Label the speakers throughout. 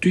Speaker 1: Do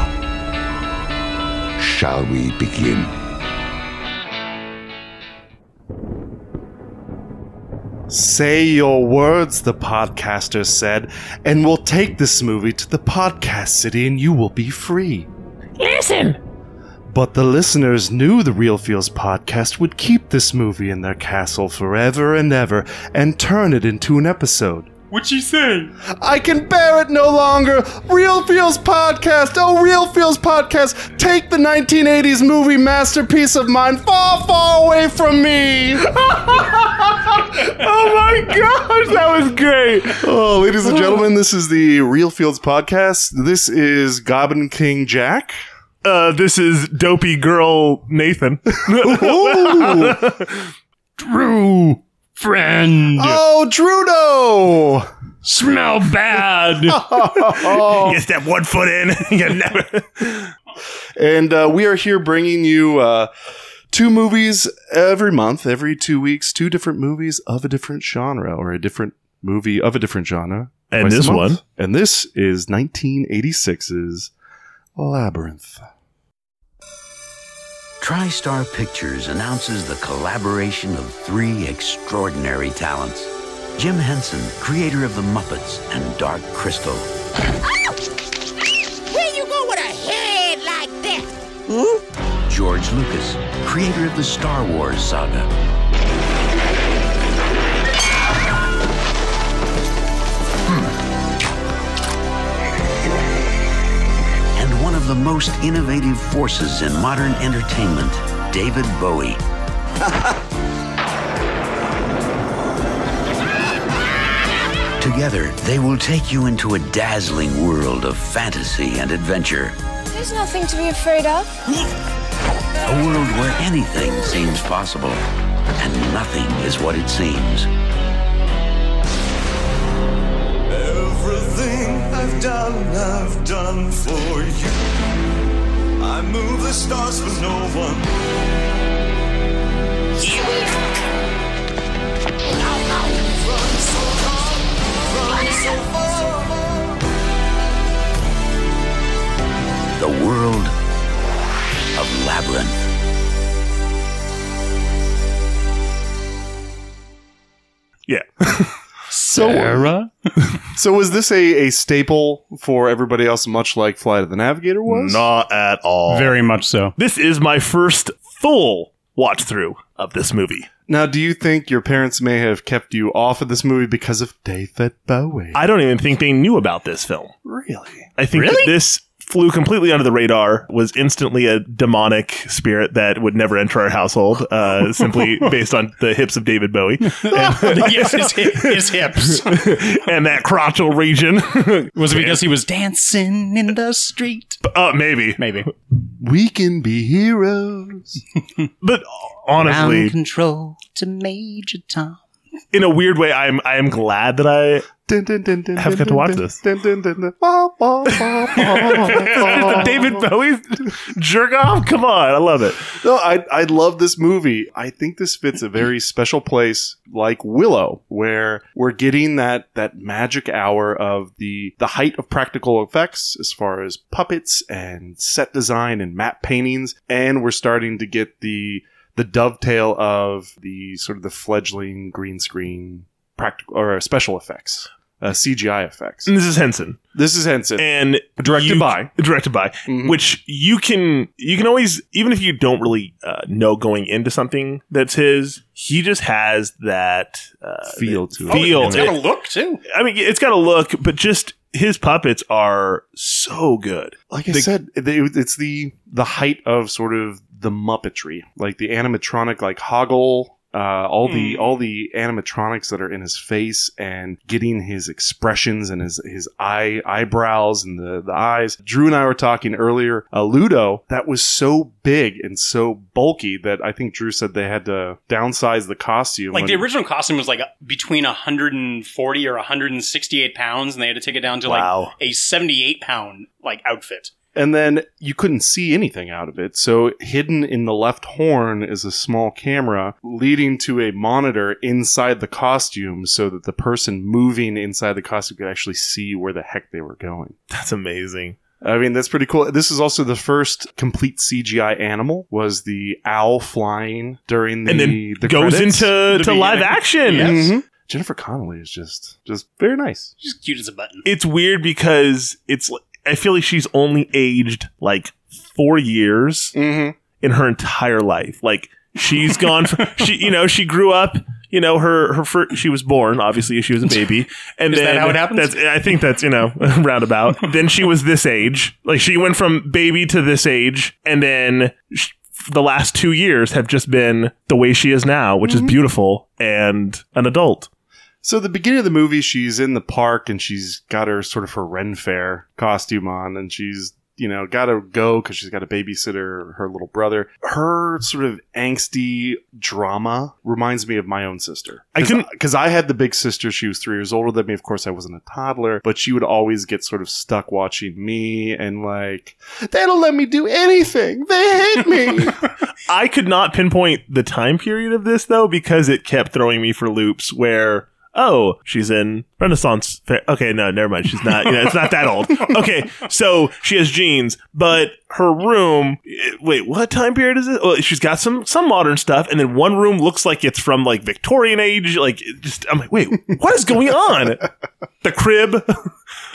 Speaker 2: shall we begin?
Speaker 3: Say your words, the podcaster said, and we'll take this movie to the podcast city and you will be free.
Speaker 4: Listen!
Speaker 3: But the listeners knew the Real Feels podcast would keep this movie in their castle forever and ever and turn it into an episode.
Speaker 5: What you say?
Speaker 3: I can bear it no longer! Real Feels Podcast! Oh, Real Feels Podcast! Take the 1980s movie masterpiece of mine far, far away from me!
Speaker 5: Oh my gosh, that was great.
Speaker 3: Oh, ladies and gentlemen, this is the Real Fields Podcast. This is Goblin King Jack.
Speaker 5: Uh, this is dopey girl Nathan.
Speaker 3: Ooh.
Speaker 5: Drew, friend,
Speaker 3: Oh, Trudeau!
Speaker 5: smell bad. Get that one foot in. you never.
Speaker 3: And uh, we are here bringing you uh, two movies every month, every two weeks, two different movies of a different genre or a different movie of a different genre.
Speaker 5: And
Speaker 3: twice a
Speaker 5: this
Speaker 3: month.
Speaker 5: one?
Speaker 3: And this is 1986's Labyrinth.
Speaker 2: TriStar Pictures announces the collaboration of three extraordinary talents Jim Henson, creator of The Muppets and Dark Crystal,
Speaker 4: Ah! Where you go with a head like that?
Speaker 2: Hmm? George Lucas, creator of the Star Wars saga, and one of the most innovative forces in modern entertainment, David Bowie. Together, they will take you into a dazzling world of fantasy and adventure.
Speaker 6: There's nothing to be afraid of.
Speaker 2: A world where anything seems possible and nothing is what it seems.
Speaker 7: Everything I've done, I've done for you. I move the stars for no one.
Speaker 2: The world of Labyrinth.
Speaker 5: Yeah.
Speaker 3: So,
Speaker 5: uh,
Speaker 3: so was this a, a staple for everybody else, much like Flight of the Navigator was?
Speaker 5: Not Uh, at all.
Speaker 8: Very much so.
Speaker 5: This is my first full watch through of this movie.
Speaker 3: Now, do you think your parents may have kept you off of this movie because of David Bowie?
Speaker 5: I don't even think they knew about this film.
Speaker 3: really?
Speaker 5: I think that this flew completely under the radar, was instantly a demonic spirit that would never enter our household, uh, simply based on the hips of David Bowie
Speaker 8: yes, his, hi- his hips.
Speaker 5: and that crotchal region.
Speaker 8: Was it because he was dancing in the street?
Speaker 5: uh, maybe.
Speaker 8: Maybe.
Speaker 3: We can be heroes.
Speaker 5: But honestly,
Speaker 8: Ground control to Major Tom.
Speaker 5: in a weird way, I'm I am glad that I
Speaker 3: Dun, dun, dun, dun, dun,
Speaker 5: Have got to
Speaker 3: dun,
Speaker 5: watch
Speaker 3: dun,
Speaker 5: this.
Speaker 3: dun, dun, dun, dun. Ba, ba, ba, ba, ba.
Speaker 5: David Bowie jerk off. Come on, I love it.
Speaker 3: No, I, I love this movie. I think this fits a very special place like Willow, where we're getting that, that magic hour of the, the height of practical effects as far as puppets and set design and map paintings. And we're starting to get the, the dovetail of the sort of the fledgling green screen practical or special effects, uh, CGI effects.
Speaker 5: And this is Henson.
Speaker 3: This is Henson.
Speaker 5: and
Speaker 3: Directed
Speaker 5: you-
Speaker 3: by.
Speaker 5: directed by
Speaker 3: Mhm.
Speaker 5: which you can you can always even if you don't really uh, know going into something that's his he just has that uh,
Speaker 3: Feel to it.
Speaker 5: feel
Speaker 8: It's got Oh, a look, too.
Speaker 5: i mean it's got a look but just his puppets are so good
Speaker 3: like I
Speaker 5: The-
Speaker 3: said, they, it's the the height of sort of the muppetry, like the animatronic, like Hoggle Uh, all the all the animatronics that are in his face and getting his expressions and his his eye eyebrows and the the eyes. Drew and I were talking earlier. Uh, Ludo that was so big and so bulky that I think Drew said they had to downsize the costume.
Speaker 5: Like
Speaker 3: when-
Speaker 5: the original costume was like between 140 or 168 pounds, and they had to take it down to like
Speaker 3: Wow.
Speaker 5: a 78 pound like outfit.
Speaker 3: And then you couldn't see anything out of it. So, hidden in the left horn is a small camera leading to a monitor inside the costume so that the person moving inside the costume could actually see where the heck they were going.
Speaker 9: That's amazing.
Speaker 3: I mean, that's pretty cool. This is also the first complete CGI animal was the owl flying during the
Speaker 9: And then
Speaker 3: the
Speaker 9: goes
Speaker 3: credits.
Speaker 9: into- The to beginning. live action. Yes.
Speaker 3: Mhm. Jennifer Connelly is just just very nice.
Speaker 5: She's cute as a button.
Speaker 9: It's weird because it's li- I feel like she's only aged like four years
Speaker 5: Mm-hmm.
Speaker 9: in her entire life. Like she's gone. From, she you know she grew up. You know her her fir- she was born obviously she was a baby and
Speaker 5: Is that
Speaker 9: then
Speaker 5: how it happens?
Speaker 9: that's I think that's you know roundabout. then she was this age. Like she went from baby to this age, and then. Sh- the last two years have just been the way she is now, which
Speaker 5: Mm-hmm.
Speaker 9: is beautiful and an adult.
Speaker 3: So the beginning of the movie, she's in the park and she's got her sort of her Ren Fair costume on, and she's you know got to go because she's got a babysitter, her little brother. Her sort of angsty drama reminds me of my own sister. I can because I had the big sister. She was three years older than me. Of course, I wasn't a toddler, but she would always get sort of stuck watching me and like they don't let me do anything. They hate me.
Speaker 9: I could not pinpoint the time period of this though because it kept throwing me for loops where oh she's in Renaissance fair. Okay, no, never mind. She's not. You know, it's not that old. Okay, so she has jeans, but her room. eh, Wait, what time period is it? Well, she's got some some modern stuff, and then one room looks like it's from like Victorian age. Like it just I'm like, wait, what is going on? The crib.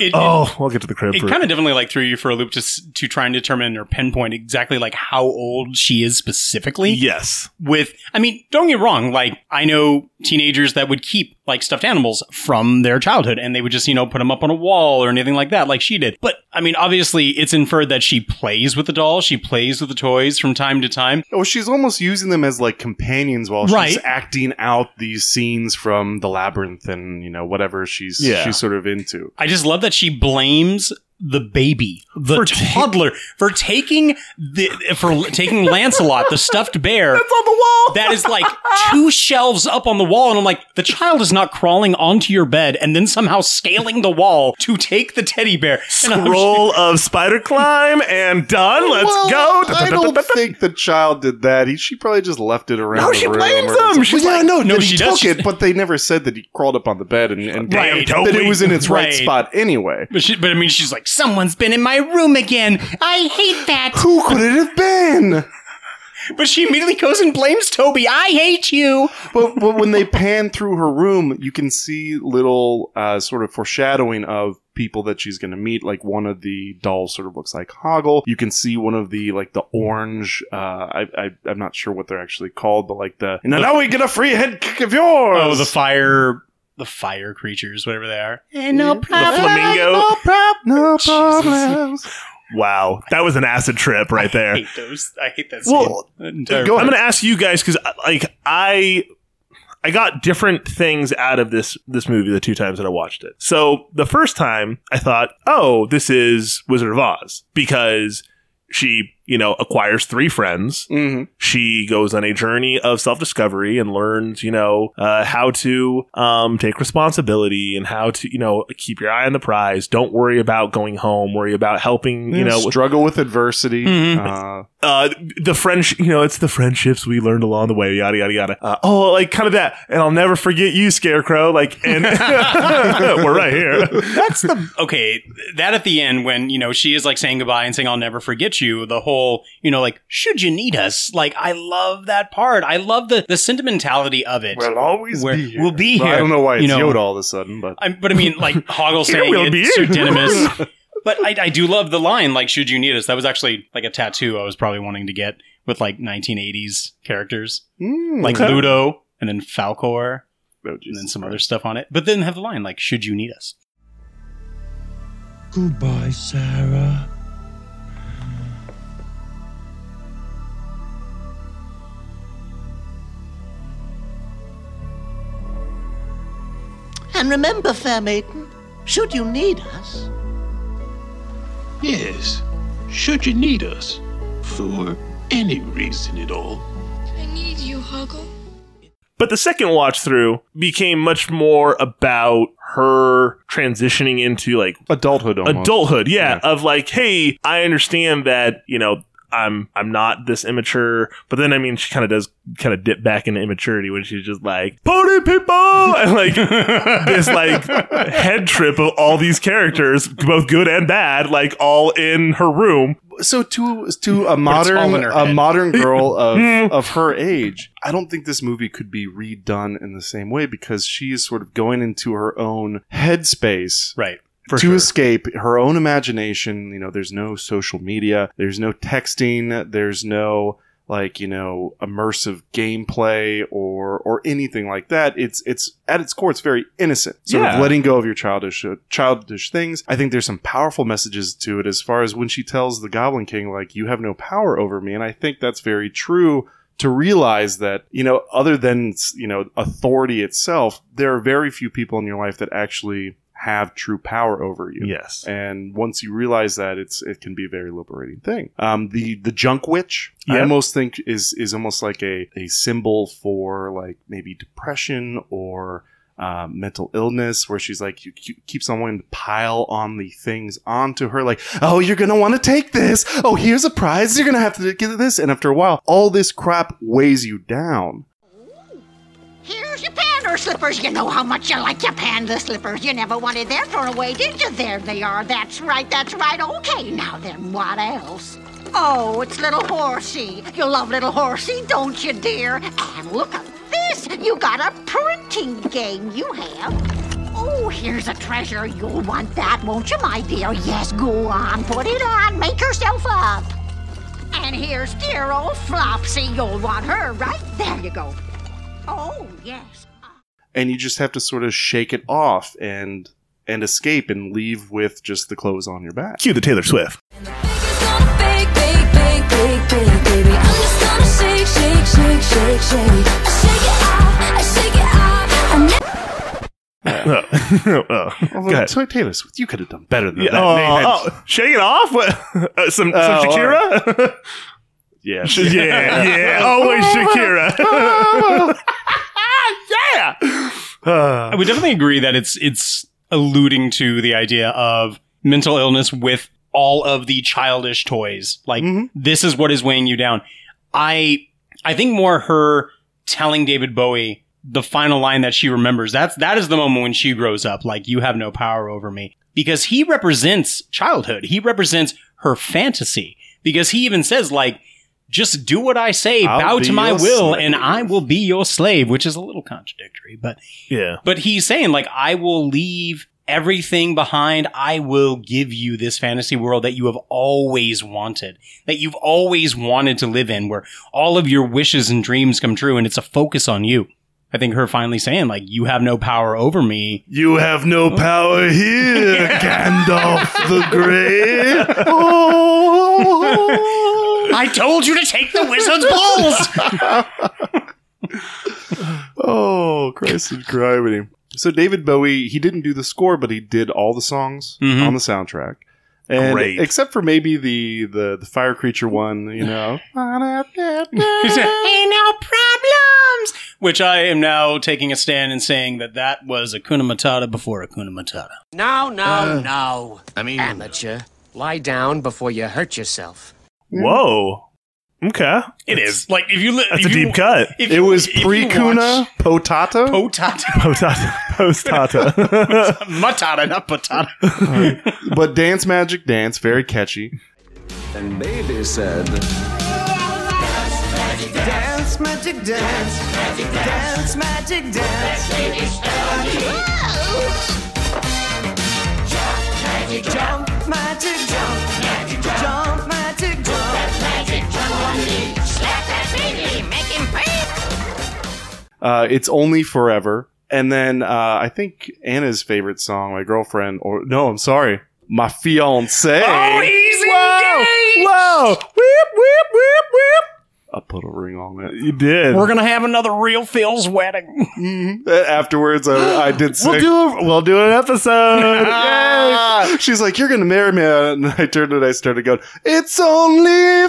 Speaker 5: It-
Speaker 9: oh, we'll get to the crib.
Speaker 5: It
Speaker 9: for-
Speaker 5: kind of definitely like threw you for a loop to s- to try and determine or pinpoint exactly like how old she is specifically.
Speaker 9: Yes.
Speaker 5: With I mean, don't get me wrong, like I know teenagers that would keep like stuffed animals from their childhood and they would just, you know, put them up on a wall or anything like that like she did. But I mean, obviously it's inferred that she plays with the dolls, she plays with the toys from time to time.
Speaker 3: Well, Oh, she's almost using them as like companions while
Speaker 5: Right.
Speaker 3: she's acting out these scenes from the labyrinth and you know whatever she's
Speaker 5: Yeah.
Speaker 3: she's sort of into.
Speaker 5: I just love that she blames the baby, the toddler, for taking the for l- taking Lancelot, the stuffed bear. That's
Speaker 9: on the wall.
Speaker 5: That is like two shelves up on the wall, and I'm like, the child is not crawling onto your bed and then somehow scaling the wall to take the teddy bear. And I'm-
Speaker 9: Scroll of spider climb and done. Let's
Speaker 3: Well,
Speaker 9: go.
Speaker 3: I don't think the child did that. He, she probably just left it around.
Speaker 9: No,
Speaker 3: the
Speaker 9: she
Speaker 3: room
Speaker 9: blames
Speaker 3: or-
Speaker 9: him. She's
Speaker 3: well, yeah,
Speaker 9: like-
Speaker 3: no,
Speaker 9: No,
Speaker 3: that
Speaker 9: she
Speaker 3: he
Speaker 9: does.
Speaker 3: took it, but they never said that he crawled up on the bed and, and
Speaker 5: Right.
Speaker 3: that it was in its right,
Speaker 5: Right.
Speaker 3: spot anyway.
Speaker 5: But, she, but I mean, she's like, someone's been in my room again. I hate that.
Speaker 3: Who could it have been?
Speaker 5: But she immediately goes and blames Toby. I hate you.
Speaker 3: But but when they pan through her room, you can see little uh, sort of foreshadowing of people that she's going to meet. Like one of the dolls sort of looks like Hoggle. You can see one of the like the orange. Uh, I, I I'm not sure what they're actually called, but like the and now we get a free head kick of yours.
Speaker 5: Oh, the fire, the fire creatures, whatever they are.
Speaker 3: no
Speaker 5: problem.
Speaker 9: flamingo. No
Speaker 3: problem. No problems.
Speaker 9: Wow, that was an acid trip right there.
Speaker 5: I hate those. I hate that.
Speaker 9: Well,
Speaker 5: scene.
Speaker 9: I'm going to ask you guys because like I, I got different things out of this this movie the two times that I watched it. So the first time I thought, oh, this is Wizard of Oz because she you know acquires three friends. She goes on a journey of self discovery and learns you know uh, how to um, take responsibility and how to you know keep your eye on the prize. Don't worry about going home. Worry about helping. You
Speaker 3: Yeah,
Speaker 9: know
Speaker 3: struggle with adversity.
Speaker 5: Mm-hmm.
Speaker 3: Uh,
Speaker 9: uh, the French, you know, it's the friendships we learned along the way, yada yada yada. Uh, oh, like kind of that, and I'll never forget you, Scarecrow. Like, and we're right here.
Speaker 5: That's the okay. That at the end when you know she is like saying goodbye and saying I'll never forget you. The whole you know like should you need us? Like I love that part. I love the the sentimentality of it.
Speaker 3: We'll always
Speaker 5: Where-
Speaker 3: be here.
Speaker 5: We'll be here.
Speaker 3: Well, I don't know why it's
Speaker 5: you know,
Speaker 3: Yoda all of a sudden, but
Speaker 5: I, but I mean like Hoggle
Speaker 3: Here
Speaker 5: saying
Speaker 3: we'll
Speaker 5: it,
Speaker 3: be.
Speaker 5: Sir Didymus. but I, I do love the line like should you need us? That was actually like a tattoo I was probably wanting to get with like 1980s characters like
Speaker 3: Hmm, okay.
Speaker 5: Ludo and then Falcor.
Speaker 3: oh,
Speaker 5: and then some other stuff on it, but then have the line like, "Should you need us?"
Speaker 10: Goodbye, Sarah.
Speaker 11: And remember, fair maiden, should you need us,
Speaker 12: Yes, should you need us, for any reason at all.
Speaker 13: I need you, Hoggle.
Speaker 9: But the second watch through became much more about her transitioning into like
Speaker 3: adulthood, almost.
Speaker 9: adulthood. Yeah, of like, hey, I understand that you know I'm I'm not this immature, but then I mean, she kind of does kind of dip back into immaturity when she's just like party people and like this like head trip of all these characters, both good and bad, like all in her room.
Speaker 3: So to to a modern a modern girl of of her age, I don't think this movie could be redone in the same way because she is sort of going into her own headspace,
Speaker 5: right?
Speaker 3: to escape her own imagination. You know, there's no social media, there's no texting, there's no like you know immersive gameplay or or anything like that it's it's at its core it's very innocent sort
Speaker 9: Yeah.
Speaker 3: of letting go of your childish uh, childish things i think there's some powerful messages to it as far as when she tells the goblin king like you have no power over me and i think that's very true to realize that you know other than you know authority itself there are very few people in your life that actually have true power over you
Speaker 9: yes
Speaker 3: and once you realize that it's it can be a very liberating thing um the the junk witch i
Speaker 9: Yeah.
Speaker 3: almost think is is almost like a a symbol for like maybe depression or uh, mental illness where she's like you, you keeps on wanting to pile on the things onto her like oh you're gonna want to take this oh here's a prize you're gonna have to get this and after a while all this crap weighs you down
Speaker 14: Here's your pander slippers. You know how much you like your pander slippers. You never wanted them thrown away, did you? There they are. That's right, that's right. Okay, now then, what else? Oh, it's little horsey. You love little horsey, don't you, dear? And look at this. You got a printing game, you have. Oh, here's a treasure. You'll want that, won't you, my dear? Yes, go on. Put it on. Make yourself up. And here's dear old Flopsy. You'll want her, right? There you go. Oh, yes.
Speaker 3: and you just have to sort of shake it off and and escape and leave with just the clothes on your back.
Speaker 9: Cue the Taylor Swift.
Speaker 13: Big, big, big, big, big, baby. I'm just gonna shake, shake, shake, shake, shake. I shake it off, I shake it off. I ne-
Speaker 9: Oh. oh. Go ahead.
Speaker 3: So Taylor Swift, you could have done better than
Speaker 9: Yeah,
Speaker 3: that.
Speaker 9: oh,
Speaker 3: They had-
Speaker 9: oh, shake it off. What? Uh, some, some
Speaker 3: Oh,
Speaker 9: Shakira.
Speaker 3: yeah,
Speaker 9: yeah, yeah. Always Shakira. yeah.
Speaker 5: I would definitely agree that it's it's alluding to the idea of mental illness with all of the childish toys. Like this is what is weighing you down. I I think more her telling David Bowie the final line that she remembers. That's that is the moment when she grows up. Like you have no power over me because he represents childhood. He represents her fantasy because he even says like just do what I say,
Speaker 8: I'll
Speaker 5: bow
Speaker 8: be
Speaker 5: to my
Speaker 8: your
Speaker 5: will,
Speaker 8: slave.
Speaker 5: and I will be your slave, which is a little contradictory, but
Speaker 9: yeah.
Speaker 5: but he's saying, like, I will leave everything behind. I will give you this fantasy world that you have always wanted, that you've always wanted to live in, where all of your wishes and dreams come true, and it's a focus on you. I think her finally saying, like, you have no power over me.
Speaker 3: You have no power here, Gandalf the Grey.
Speaker 5: I told you to take the wizard's balls.
Speaker 3: oh, Christ in gravity. So David Bowie, he didn't do the score, but he did all the songs on the soundtrack. And
Speaker 9: Great.
Speaker 3: except for maybe the, the the fire creature one, you know.
Speaker 5: Ain't no problems. Which I am now taking a stand and saying that that was Akuna Matata before Akuna Matata.
Speaker 15: No, no,
Speaker 5: Uh,
Speaker 15: no. I mean, amateur. Lie down before you hurt yourself.
Speaker 9: Whoa. Okay.
Speaker 5: It is like if you li-
Speaker 9: That's
Speaker 5: if
Speaker 9: a
Speaker 5: you-
Speaker 9: deep cut.
Speaker 5: if you- if you watch-
Speaker 3: potata,
Speaker 5: potata,
Speaker 9: potata, postata,
Speaker 5: matata, not potata.
Speaker 3: but dance magic dance, very catchy.
Speaker 16: And baby said,
Speaker 14: Dance, magic, dance. Dance, magic, dance. Jump, magic, jump. Jump, magic, jump. Magic, jump on me. Slap that baby. Make him pay.
Speaker 3: Uh, it's only forever. And then uh, I think Anna's favorite song, my girlfriend, or no, I'm sorry, my fiance.
Speaker 14: Oh, he's
Speaker 3: Whoa! Whoa! Whip, whip, whip, whip. put a ring on it.
Speaker 9: You did.
Speaker 5: We're gonna have another real Phil's wedding.
Speaker 3: Afterwards, I, I did say,
Speaker 9: We'll do, a, we'll do an episode.
Speaker 3: Yay! She's like, "You're gonna marry me," and I turned and I started going, "It's only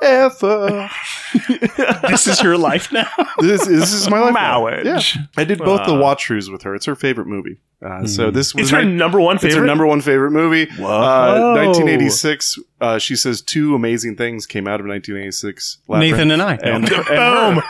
Speaker 3: forever."
Speaker 5: this is your life now.
Speaker 3: this, this is my life. now.
Speaker 9: Marriage.
Speaker 3: Yeah. I did both the
Speaker 9: Wow. Hmm.
Speaker 3: watch throughs with her. It's her favorite movie. Uh, So this was
Speaker 9: It's her number one
Speaker 3: It's her
Speaker 9: favorite?
Speaker 3: number one favorite movie.
Speaker 9: Whoa.
Speaker 3: Uh, 1986. Uh, she says two amazing things came out of 1986.
Speaker 5: Nathan and I.
Speaker 3: And,
Speaker 5: Boom.
Speaker 3: her.
Speaker 9: Boom.
Speaker 3: And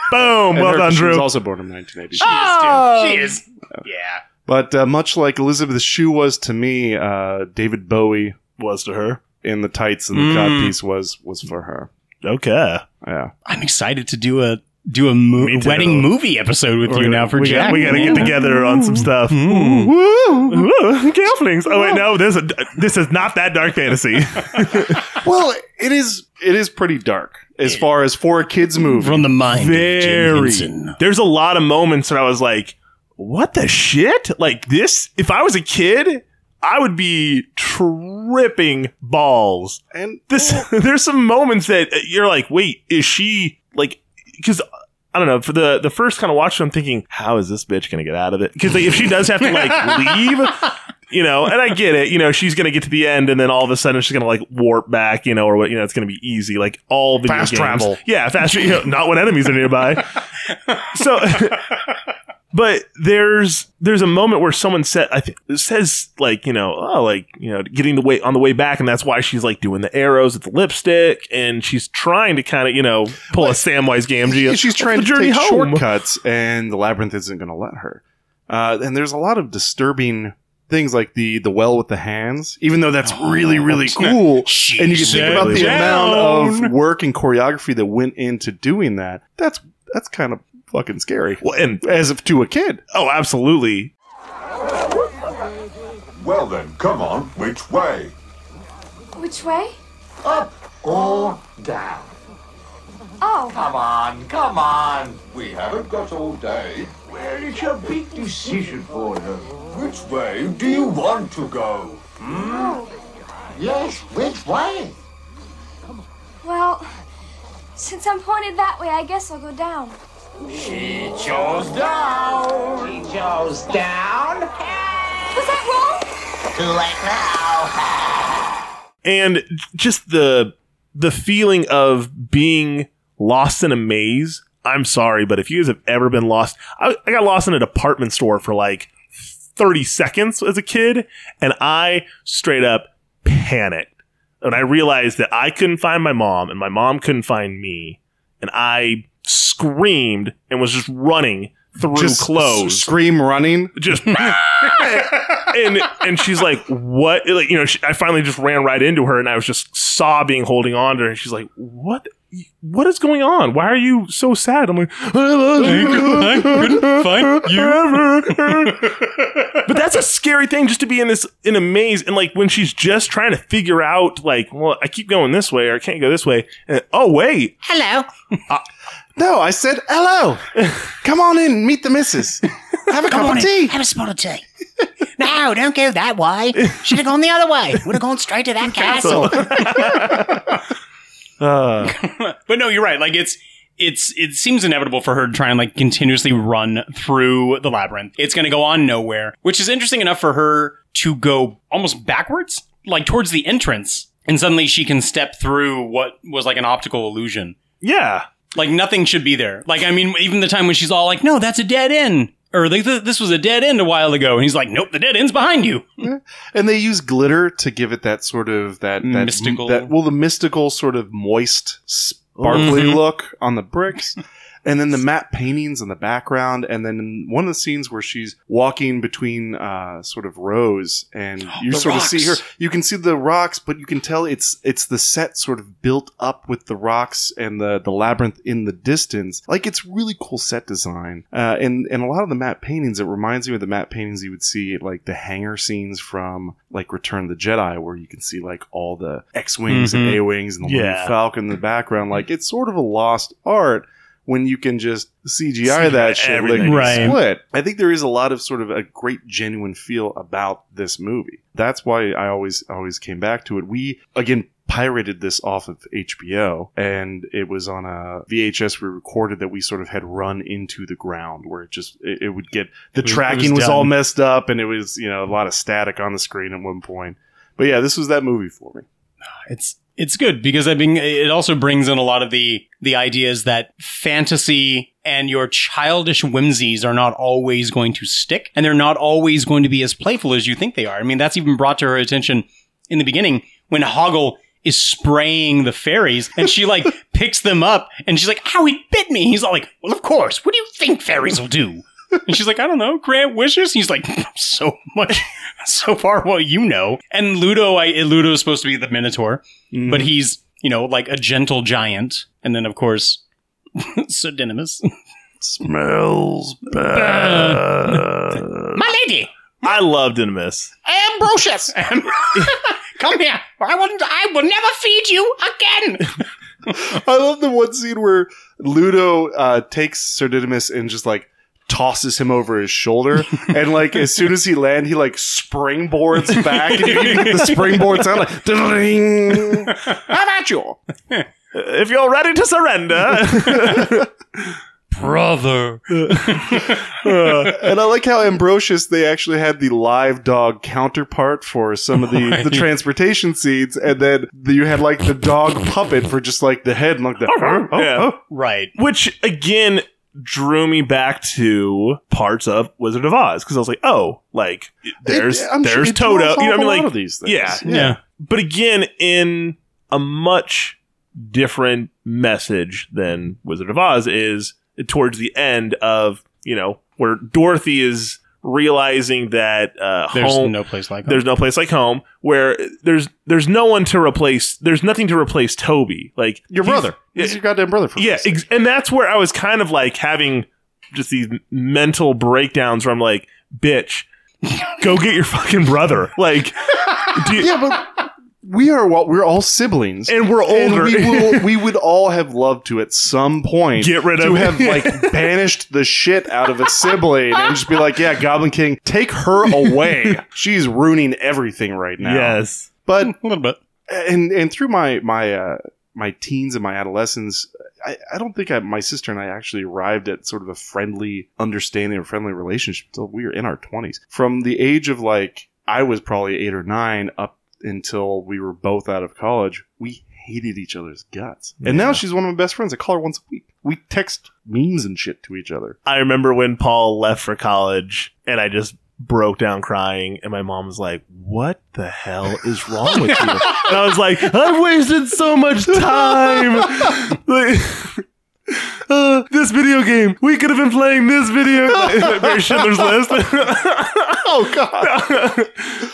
Speaker 9: Well
Speaker 3: her-
Speaker 9: done,
Speaker 3: She was
Speaker 9: Drew. Oh!
Speaker 3: also born in 1980.
Speaker 5: She is, dude. She is. Yeah.
Speaker 3: But uh, much like Elizabeth Shue was to me, uh, David Bowie was to her, and the tights and the
Speaker 5: Mm.
Speaker 3: codpiece was was for her.
Speaker 9: Okay.
Speaker 3: Yeah,
Speaker 5: I'm excited to do a do a mo-
Speaker 9: Me too.
Speaker 5: wedding movie episode with
Speaker 9: We're
Speaker 5: you
Speaker 9: gonna-
Speaker 5: now for
Speaker 9: we
Speaker 5: Jack.
Speaker 9: Got, we got to get
Speaker 5: Yeah.
Speaker 9: together on some stuff.
Speaker 5: Mm.
Speaker 9: Woo! Gelflings. Oh wait, no. This is this is not that dark fantasy.
Speaker 3: well, it is it is pretty dark as far as for a kids movie.
Speaker 5: From the mind
Speaker 9: Very.
Speaker 5: of Jim Henson.
Speaker 9: There's a lot of moments that I was like, "What the shit?" Like this. If I was a kid, I would be tripping balls.
Speaker 3: And
Speaker 9: this, there's some moments that you're like, "Wait, is she like?" Because I don't know. For the the first kind of watch, I'm thinking, "How is this bitch gonna get out of it?" Because like, if she does have to like leave. You know, and I get it. You know, she's gonna get to the end, and then all of a sudden she's gonna like warp back. You know, or what? You know, it's gonna be easy. Like all video
Speaker 3: Fast
Speaker 9: games.
Speaker 3: travel.
Speaker 9: Yeah, fast. You know, not when enemies are nearby. so but there's there's a moment where someone said I th- says like you know oh like you know getting the way on the way back and that's why she's like doing the arrows with the lipstick and she's trying to kind of you know pull a Samwise Gamgee.
Speaker 3: She's
Speaker 9: That's
Speaker 3: trying
Speaker 9: the
Speaker 3: to take shortcuts, and the labyrinth isn't going to let her. Uh, and there's a lot of disturbing things like the the well with the hands, even though that's
Speaker 9: Oh,
Speaker 3: really really
Speaker 5: it's not-
Speaker 3: cool.
Speaker 5: She
Speaker 3: and you can think about the
Speaker 5: sat
Speaker 3: amount
Speaker 5: down.
Speaker 3: of work and choreography that went into doing that. That's that's kind of fucking scary.
Speaker 9: Well, and
Speaker 3: as if to a kid.
Speaker 9: Oh, absolutely.
Speaker 7: Well then, come on, which way?
Speaker 13: Which way?
Speaker 7: Up or down?
Speaker 13: Oh.
Speaker 7: Come on, come on. We haven't got all day. Well, it's a big decision for her. Which way do you want to go? Hmm? Yes, which way?
Speaker 13: Well, since I'm pointed that way, I guess I'll go down.
Speaker 7: She chose down. She chose down.
Speaker 13: Was that wrong?
Speaker 7: Too late now.
Speaker 9: and just the the feeling of being lost in a maze. I'm sorry, but if you guys have ever been lost, I, I got lost in a department store for like 30 seconds as a kid, and I straight up panicked. And I realized that I couldn't find my mom, and my mom couldn't find me, and I screamed and was just running through
Speaker 3: Just
Speaker 9: clothes
Speaker 3: s- scream running.
Speaker 9: just and and she's like what like you know she, i finally just ran right into her and i was just sobbing holding on to her and she's like what what is going on why are you so sad i'm like i love you
Speaker 5: I couldn't find
Speaker 9: you but that's a scary thing just to be in this in a maze and like when she's just trying to figure out like well i keep going this way or i can't go this way and oh wait
Speaker 14: Hello.
Speaker 3: No, I said hello. Come on in, meet the missus. Have a cup of tea.
Speaker 14: Have a spot of tea. no, don't go that way. Should have gone the other way. Would have gone straight to that castle.
Speaker 9: uh,
Speaker 5: but no, you're right. Like it's it's it seems inevitable for her to try and like continuously run through the labyrinth. It's going to go on nowhere, which is interesting enough for her to go almost backwards, like towards the entrance, and suddenly she can step through what was like an optical illusion.
Speaker 9: yeah
Speaker 5: Like nothing should be there. Like I mean, even the time when she's all like, "No, that's a dead end." Or like "Th- this was a dead end a while ago, and he's like, "Nope, the dead end's behind you."
Speaker 3: And they use glitter to give it that sort of that, that
Speaker 5: Mystical.
Speaker 3: That, well, the mystical sort of moist, sparkly
Speaker 9: Mm-hmm.
Speaker 5: Mhm.
Speaker 3: look on the bricks, and then the matte paintings in the background, and then in one of the scenes where she's walking between uh, sort of rows, and you
Speaker 5: The
Speaker 3: sort of see her.
Speaker 5: rocks.
Speaker 3: You can see the rocks, but you can tell it's it's the set sort of built up with the rocks and the the labyrinth in the distance. Like it's really cool set design, uh, and and a lot of the matte paintings. It reminds me of the matte paintings you would see at, like the hangar scenes from like Return of the Jedi, where you can see like all the X wings
Speaker 9: Mhm.
Speaker 3: and
Speaker 5: Mm-hmm.
Speaker 3: A wings and the Millennium
Speaker 9: Yeah.
Speaker 3: Falcon in the background. Like it's sort of a lost art. When you can just CGI
Speaker 9: CGI
Speaker 3: that shit, like
Speaker 9: everything.
Speaker 5: Right.
Speaker 3: split. I think there is a lot of sort of a great genuine feel about this movie. That's why I always always came back to it. We again pirated this off of HBO, and it was on a VHS we recorded that we sort of had run into the ground where it just it, it would get the
Speaker 9: It was- it
Speaker 3: tracking
Speaker 9: was
Speaker 3: was, all
Speaker 9: done.
Speaker 3: messed up, and it was you know a lot of static on the screen at one point. But yeah, this was that movie for me.
Speaker 5: It's it's good because I mean it also brings in a lot of the the ideas that fantasy and your childish whimsies are not always going to stick and they're not always going to be as playful as you think they are. I mean that's even brought to her attention in the beginning when Hoggle is spraying the fairies and she like picks them up and she's like, "Ow, it bit me." He's all like, "Well, of course. What do you think fairies will do?" And she's like, I don't know, grant wishes. He's like, so much, so far what you know. And Ludo, I Ludo is supposed to be the Minotaur, but he's you know like a gentle giant. And then of course, Sodinimus.
Speaker 9: Smells bad.
Speaker 5: My lady,
Speaker 9: I loved Inimus.
Speaker 5: Ambrosius, come here. I will. I will never feed you again.
Speaker 3: I love the one scene where Ludo uh, takes Sir Didymus and just like tosses him over his shoulder, and like as soon as he land, he like springboards back, and you even get the springboard sound like ding. How about you?
Speaker 9: If you're ready to surrender,
Speaker 3: brother. and I like how Ambrosius they actually had the live dog counterpart for some of the, the transportation scenes, and then you had like the dog puppet for just like the head and like the oh,
Speaker 9: Yeah.
Speaker 5: right.
Speaker 9: Which again drew me back to parts of Wizard of Oz because I was like, oh, like there's
Speaker 3: It- I'm sure
Speaker 9: there's
Speaker 3: it
Speaker 9: Toto.
Speaker 3: draws
Speaker 9: You know,
Speaker 3: off
Speaker 9: what I mean,
Speaker 3: a
Speaker 9: like
Speaker 3: lot of these things.
Speaker 9: Yeah,
Speaker 3: Yeah. Yeah.
Speaker 9: But again, in a much different message than Wizard of Oz is towards the end of you know where Dorothy is realizing that uh,
Speaker 5: There's
Speaker 9: home,
Speaker 5: no place like home.
Speaker 9: there's no place like home where there's there's no one to replace there's nothing to replace Toby like
Speaker 3: your
Speaker 9: he's-
Speaker 3: brother. He's your goddamn brother. For
Speaker 9: yeah, ex- and that's where I was kind of like having just these mental breakdowns where I'm like, bitch, go get your fucking brother. Like, do you-
Speaker 3: yeah, but we are what we're all siblings,
Speaker 9: And we're older.
Speaker 3: we, will, we would all have loved to at some point
Speaker 9: Get rid
Speaker 3: to
Speaker 9: of-
Speaker 3: have like banished the shit out of a sibling and just be like, yeah, Goblin King, take her away. She's ruining everything right now.
Speaker 9: Yes,
Speaker 3: but a
Speaker 5: little bit.
Speaker 3: And and through my my uh, my teens and my adolescence. I, I don't think I, my sister and I actually arrived at sort of a friendly understanding or friendly relationship until we were in our 20s. From the age of like, I was probably eight or nine up until we were both out of college, we hated each other's guts. And now she's one of my best friends. I call her once a week. We text memes and shit to each other.
Speaker 9: I remember when Paul left for college and I just broke down crying and my mom was like, what the hell is wrong with you? and I was like, I've wasted so much time. Like, uh, this video game. We could have been playing this video. Very Schindler's List.
Speaker 3: oh god.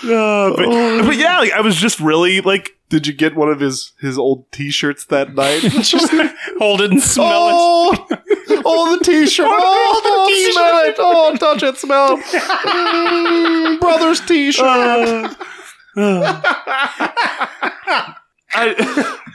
Speaker 9: Uh, but, but yeah, like, I was just really like.
Speaker 3: Did you get one of his his old T-shirts that night?
Speaker 5: Just hold it and smell
Speaker 3: oh, it. Oh, the T-shirt. Oh, smell it. Oh, touch it. Smell. Mm, brother's T-shirt.
Speaker 9: I,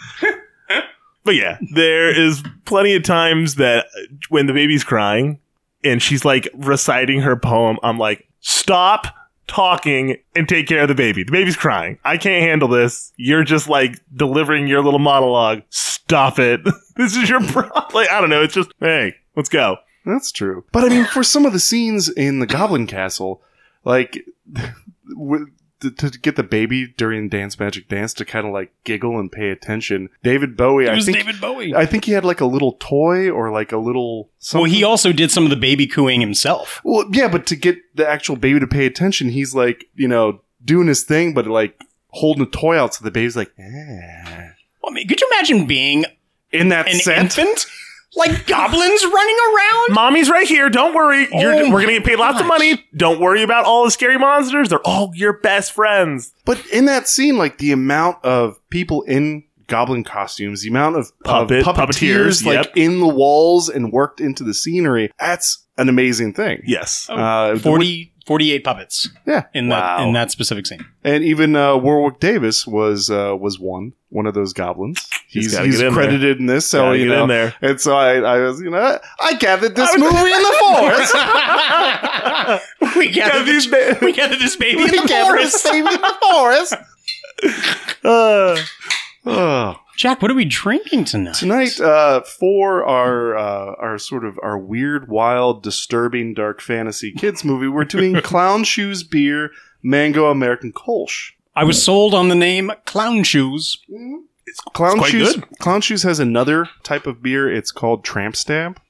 Speaker 9: but yeah, there is plenty of times that when the baby's crying and she's like reciting her poem, I'm like, stop talking and take care of the baby. The baby's crying. I can't handle this. You're just like delivering your little monologue. Stop it. this is your problem. Like, I don't know. It's just, hey, let's go.
Speaker 3: That's true. But I mean, for some of the scenes in the Goblin Castle, like with- to, to get the baby during Dance Magic Dance to kind of like giggle and pay attention, David Bowie.
Speaker 5: It
Speaker 3: I
Speaker 5: was
Speaker 3: think
Speaker 5: David Bowie.
Speaker 3: I think he had like a little toy or like a little. Something.
Speaker 5: Well, he also did some of the baby cooing himself.
Speaker 3: Well, yeah, but to get the actual baby to pay attention, he's like, you know, doing his thing, but like holding a toy out so the baby's like, eh.
Speaker 5: I mean, could you imagine being
Speaker 3: in that
Speaker 5: an
Speaker 3: set?
Speaker 5: infant? Like goblins running around?
Speaker 9: Mommy's right here. Don't worry. You're,
Speaker 5: Oh
Speaker 9: we're going to get paid lots of money. Don't worry about all the scary monsters. They're all your best friends.
Speaker 3: But in that scene, like the amount of people in goblin costumes, the amount of,
Speaker 9: Puppet-
Speaker 3: of puppeteers,
Speaker 9: puppeteers,
Speaker 3: like
Speaker 9: yep.
Speaker 3: in the walls and worked into the scenery, that's an amazing thing.
Speaker 9: Yes.
Speaker 3: Uh, the
Speaker 5: 40, 48 puppets.
Speaker 3: Yeah.
Speaker 5: In that in that specific scene.
Speaker 3: And even uh, Warwick Davis was uh, was one one of those goblins.
Speaker 9: He's
Speaker 3: He's,
Speaker 9: gotta
Speaker 3: he's
Speaker 9: get in
Speaker 3: credited
Speaker 9: there.
Speaker 3: in this, so
Speaker 9: Gotta
Speaker 3: you
Speaker 9: get
Speaker 3: know.
Speaker 9: in there.
Speaker 3: And so I, I was, you know, I gathered this movie in the forest.
Speaker 5: we gathered this, we gathered this baby in
Speaker 3: We
Speaker 5: the
Speaker 3: gathered this
Speaker 5: forest.
Speaker 3: baby in the forest. Oh.
Speaker 9: Uh,
Speaker 5: Jack, what are we drinking tonight?
Speaker 3: Tonight, uh, for our uh, our sort of our weird, wild, disturbing, dark fantasy kids movie, we're doing Clown Shoes Beer Mango American Kolsch.
Speaker 5: I was sold on the name Clown Shoes.
Speaker 3: It's Clown
Speaker 5: quite
Speaker 3: Shoes.
Speaker 5: good.
Speaker 3: Clown Shoes has another type of beer. It's called Tramp Stamp.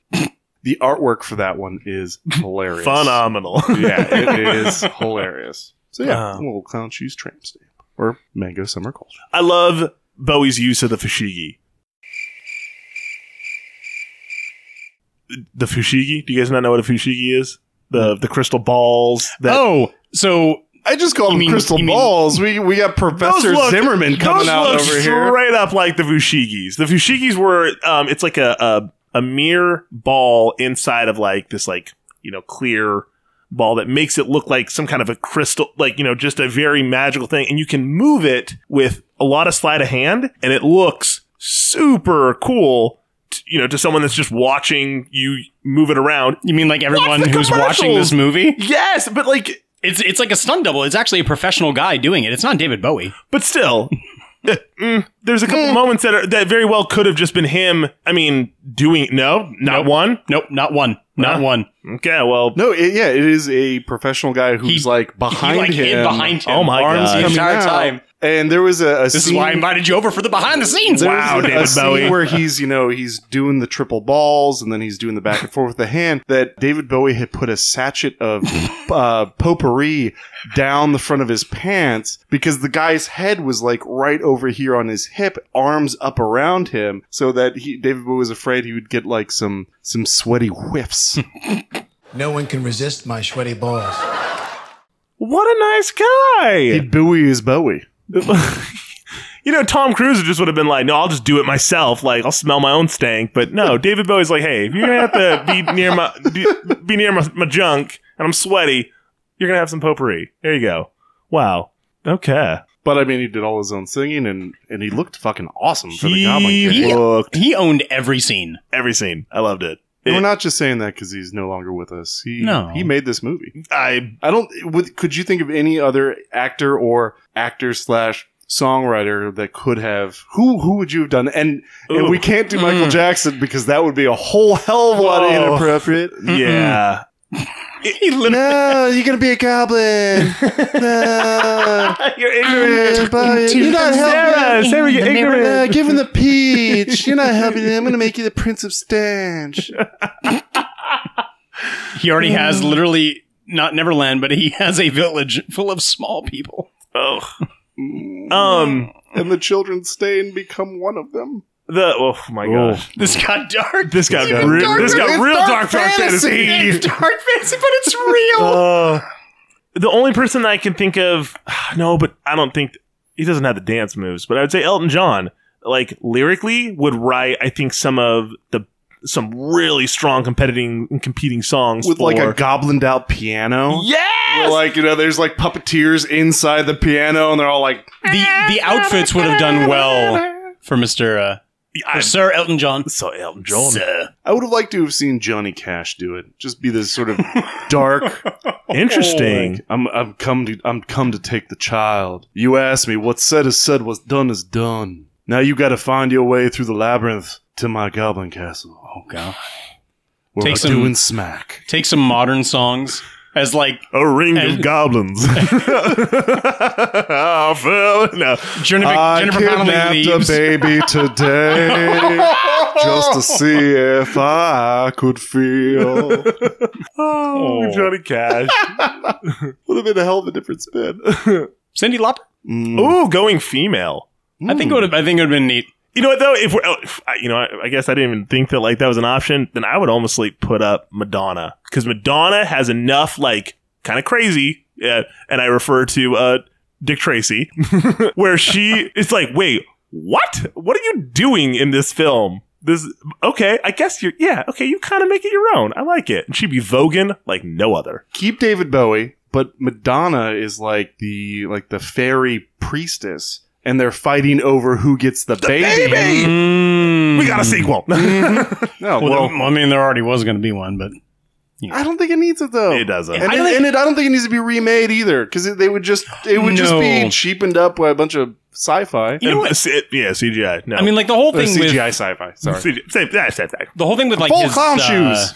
Speaker 3: the artwork for that one is hilarious.
Speaker 5: um.
Speaker 9: Phenomenal.
Speaker 3: yeah, it is hilarious. So yeah,
Speaker 9: Wow.
Speaker 5: Um.
Speaker 3: a little Clown Shoes Tramp Stamp or Mango Summer Kolsch.
Speaker 9: I love Bowie's use of the fushigi. The fushigi? Do you guys not know what a fushigi is? The the crystal balls. That
Speaker 5: oh, so
Speaker 3: I just called them crystal balls. we we got Professor Zimmerman coming out over
Speaker 9: straight
Speaker 3: here.
Speaker 9: Straight up like the Fushigis. The Fushigis were um, it's like a, a a mere ball inside of like this like you know clear ball that makes it look like some kind of a crystal like you know just a very magical thing and you can move it with a lot of sleight of hand and it looks super cool t- you know to someone that's just watching you move it around
Speaker 5: you mean like everyone who's watching this movie?
Speaker 9: Yes, but like
Speaker 5: it's it's like a stunt double. It's actually a professional guy doing it. It's not David Bowie.
Speaker 9: But still, mm, there's a couple moments that are, that very well could have just been him. I mean, doing no, not one,
Speaker 5: nope, not one, not one.
Speaker 9: Okay, well,
Speaker 3: no, it, yeah, it is a professional guy who's like behind
Speaker 5: like,
Speaker 3: him,
Speaker 5: hid behind him.
Speaker 3: Oh my
Speaker 5: Arms
Speaker 3: god,
Speaker 5: coming out.
Speaker 3: And there was a, a
Speaker 5: This
Speaker 3: scene,
Speaker 5: is why I invited you over for the behind the scenes.
Speaker 3: there was a- a scene where he's you know he's doing the triple balls and then he's doing the back and forth with the hand that David Bowie had put a sachet of uh, potpourri down the front of his pants because the guy's head was like right over here on his hip, arms up around him, so that he, David Bowie was afraid he would get like some some sweaty whiffs.
Speaker 17: No one can resist my sweaty balls.
Speaker 9: what a nice guy.
Speaker 3: He Bowie is Bowie.
Speaker 9: You know, Tom Cruise just would have been like, "No, I'll just do it myself. Like, I'll smell my own stank." But no, David Bowie's like, "Hey, if you're gonna have to be near my be- be near my, my junk, and I'm sweaty, you're gonna have some potpourri." There you go. Wow. Okay.
Speaker 3: But I mean, he did all his own singing, and and he looked fucking awesome for the
Speaker 9: He
Speaker 3: Goblin Kid.
Speaker 9: looked-
Speaker 5: he owned every scene.
Speaker 9: Every scene. I loved it.
Speaker 3: And we're not just saying that because he's no longer with us. He
Speaker 5: No.
Speaker 3: he made this movie.
Speaker 9: I
Speaker 3: I don't. Would, could you think of any other actor or actor slash songwriter that could have who who would you have done? And and
Speaker 9: Ooh.
Speaker 3: we can't do Michael
Speaker 9: Mm.
Speaker 3: Jackson because that would be a whole hell of a lot
Speaker 9: Whoa.
Speaker 3: of inappropriate.
Speaker 9: Yeah.
Speaker 3: no, you're gonna be a goblin. No,
Speaker 9: you're
Speaker 3: ignorant.
Speaker 13: Into
Speaker 3: you're not
Speaker 13: the
Speaker 3: helping.
Speaker 13: Sarah, Sarah, you're In the ignorant. mirror.
Speaker 3: Uh, give him the peach. You're not helping. him. I'm gonna make you the prince of stench.
Speaker 5: He already has
Speaker 3: Mm.
Speaker 5: literally not Neverland, but he has a village full of small people.
Speaker 9: Oh. Um.
Speaker 3: And the children stay and become one of them.
Speaker 9: The oh my gosh.
Speaker 5: This got dark.
Speaker 9: This got
Speaker 5: Even
Speaker 9: real.
Speaker 5: darker.
Speaker 9: This got
Speaker 5: It's
Speaker 9: real dark, dark fantasy.
Speaker 5: fantasy. It's dark fantasy, but it's real.
Speaker 9: Uh, the only person that I can think of, no, but I don't think he doesn't have the dance moves. But I would say Elton John, like lyrically, would write. I think some of the some really strong competing competing songs
Speaker 3: with like
Speaker 9: for-
Speaker 3: a goblined out piano.
Speaker 9: Yes!
Speaker 3: Like, you know, there's like puppeteers inside the piano and they're all like
Speaker 5: the the outfits would have done well for Mister uh, for Sir Elton John.
Speaker 9: So Elton
Speaker 5: Sir.
Speaker 3: I would have liked to have seen Johnny Cash do it. Just be this sort of dark
Speaker 9: Interesting.
Speaker 3: like, I'm I'm come to I'm come to take the child. You asked me what said is said, what's done is done. Now you gotta find your way through the labyrinth to my goblin castle. Oh
Speaker 5: god.
Speaker 3: We're
Speaker 5: Take some-
Speaker 3: doing smack.
Speaker 5: Take some modern songs as like
Speaker 3: Oh,
Speaker 9: a ring of goblins. oh, Phil. No.
Speaker 5: Jennifer,
Speaker 3: I
Speaker 5: Jennifer Connelly
Speaker 3: kidnapped
Speaker 5: leaves.
Speaker 3: a baby today just to see if I could feel.
Speaker 9: Oh, Johnny Cash.
Speaker 3: Would have been a hell of a different spin.
Speaker 5: Cindy Lauper.
Speaker 9: Ooh, going female.
Speaker 5: I think it would have. I think it would have been neat.
Speaker 9: You know what though? If we're, oh, if I- you know, I, I guess I didn't even think that like that was an option. Then I would almost like put up Madonna because Madonna has enough like kind of crazy. Uh, and I refer to uh, Dick Tracy, where she it's like, wait, what? What are you doing in this film? This okay? I guess you're yeah. Okay, you kind of make it your own. I like it. And she'd be voguing like no other.
Speaker 3: Keep David Bowie, but Madonna is like the like the fairy priestess, and they're fighting over who gets the, baby.
Speaker 9: baby! We got a
Speaker 5: Mm-hmm.
Speaker 9: sequel.
Speaker 3: No,
Speaker 5: Well,
Speaker 3: Mm, well,
Speaker 5: there- I mean, there already was going to be one, but
Speaker 3: I don't think it needs it though. It
Speaker 9: doesn't.
Speaker 3: And, it, and it, I don't think it needs to be remade either, because they would just it would just
Speaker 5: No.
Speaker 3: be cheapened up by a bunch of sci-fi.
Speaker 5: You know what?
Speaker 9: It- yeah, CGI. No,
Speaker 5: I mean, like, the whole
Speaker 3: Uh,
Speaker 5: thing with-
Speaker 3: CGI sci-fi. Sorry,
Speaker 9: CGI, same, yeah, same thing.
Speaker 5: the whole thing with like
Speaker 3: Full
Speaker 5: his,
Speaker 3: clown
Speaker 5: uh,
Speaker 3: shoes.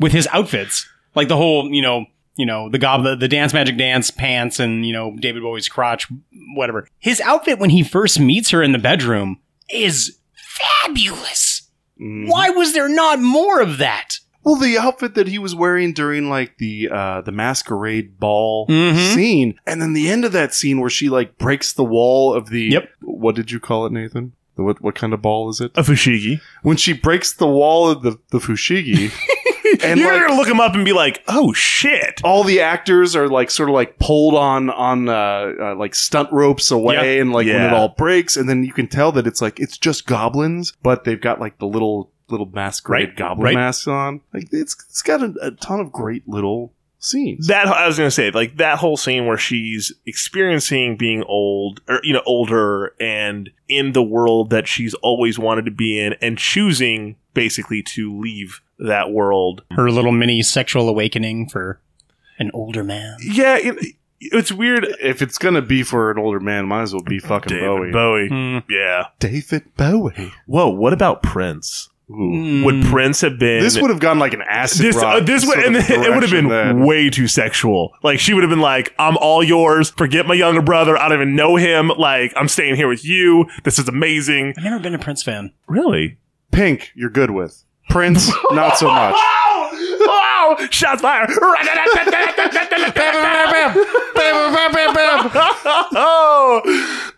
Speaker 5: with his outfits, like the whole you know you know the gob the, the dance magic dance pants and you know David Bowie's crotch whatever. His outfit when he first meets her in the bedroom is fabulous. Why was there not more of that?
Speaker 3: Well, the outfit that he was wearing during like the uh, the masquerade ball
Speaker 5: Mhm.
Speaker 3: scene, and then the end of that scene where she like breaks the wall of the yep. What did you call it, Nathan? The, what what kind of ball is it?
Speaker 9: A fushigi.
Speaker 3: When she breaks the wall of the the fushigi. And
Speaker 9: You're
Speaker 3: like,
Speaker 9: gonna look him up and be like, "Oh shit!"
Speaker 3: All the actors are like sort of like pulled on on uh, uh, like stunt ropes away,
Speaker 9: Yep.
Speaker 3: and like when
Speaker 9: Yeah.
Speaker 3: it all breaks, and then you can tell that it's like it's just goblins, but they've got like the little little masquerade
Speaker 9: Right,
Speaker 3: goblin
Speaker 9: right.
Speaker 3: masks on. Like it's it's got a, a ton of great little scenes.
Speaker 9: That I was gonna say, like that whole scene where she's experiencing being old, or you know, older, and in the world that she's always wanted to be in, and choosing basically to leave that world.
Speaker 5: Her little mini sexual awakening for an older man.
Speaker 9: Yeah, it, it's weird.
Speaker 3: If it's gonna be for an older man, might as well be fucking
Speaker 9: David
Speaker 3: Bowie.
Speaker 9: Bowie. Yeah.
Speaker 3: David Bowie.
Speaker 9: Whoa, what about Prince? Would Prince have been?
Speaker 3: This would have gone like an acid
Speaker 9: This,
Speaker 3: rock.
Speaker 9: uh, this would,
Speaker 3: sort
Speaker 9: and
Speaker 3: of
Speaker 9: it would have
Speaker 3: direction
Speaker 9: been
Speaker 3: then.
Speaker 9: way too sexual. Like she would have been like, "I'm all yours. Forget my younger brother. I don't even know him. Like I'm staying here with you. This is amazing."
Speaker 5: I've never been a Prince fan.
Speaker 9: Really?
Speaker 3: Pink, you're good with Prince, not so much.
Speaker 9: Oh, shots fired. oh,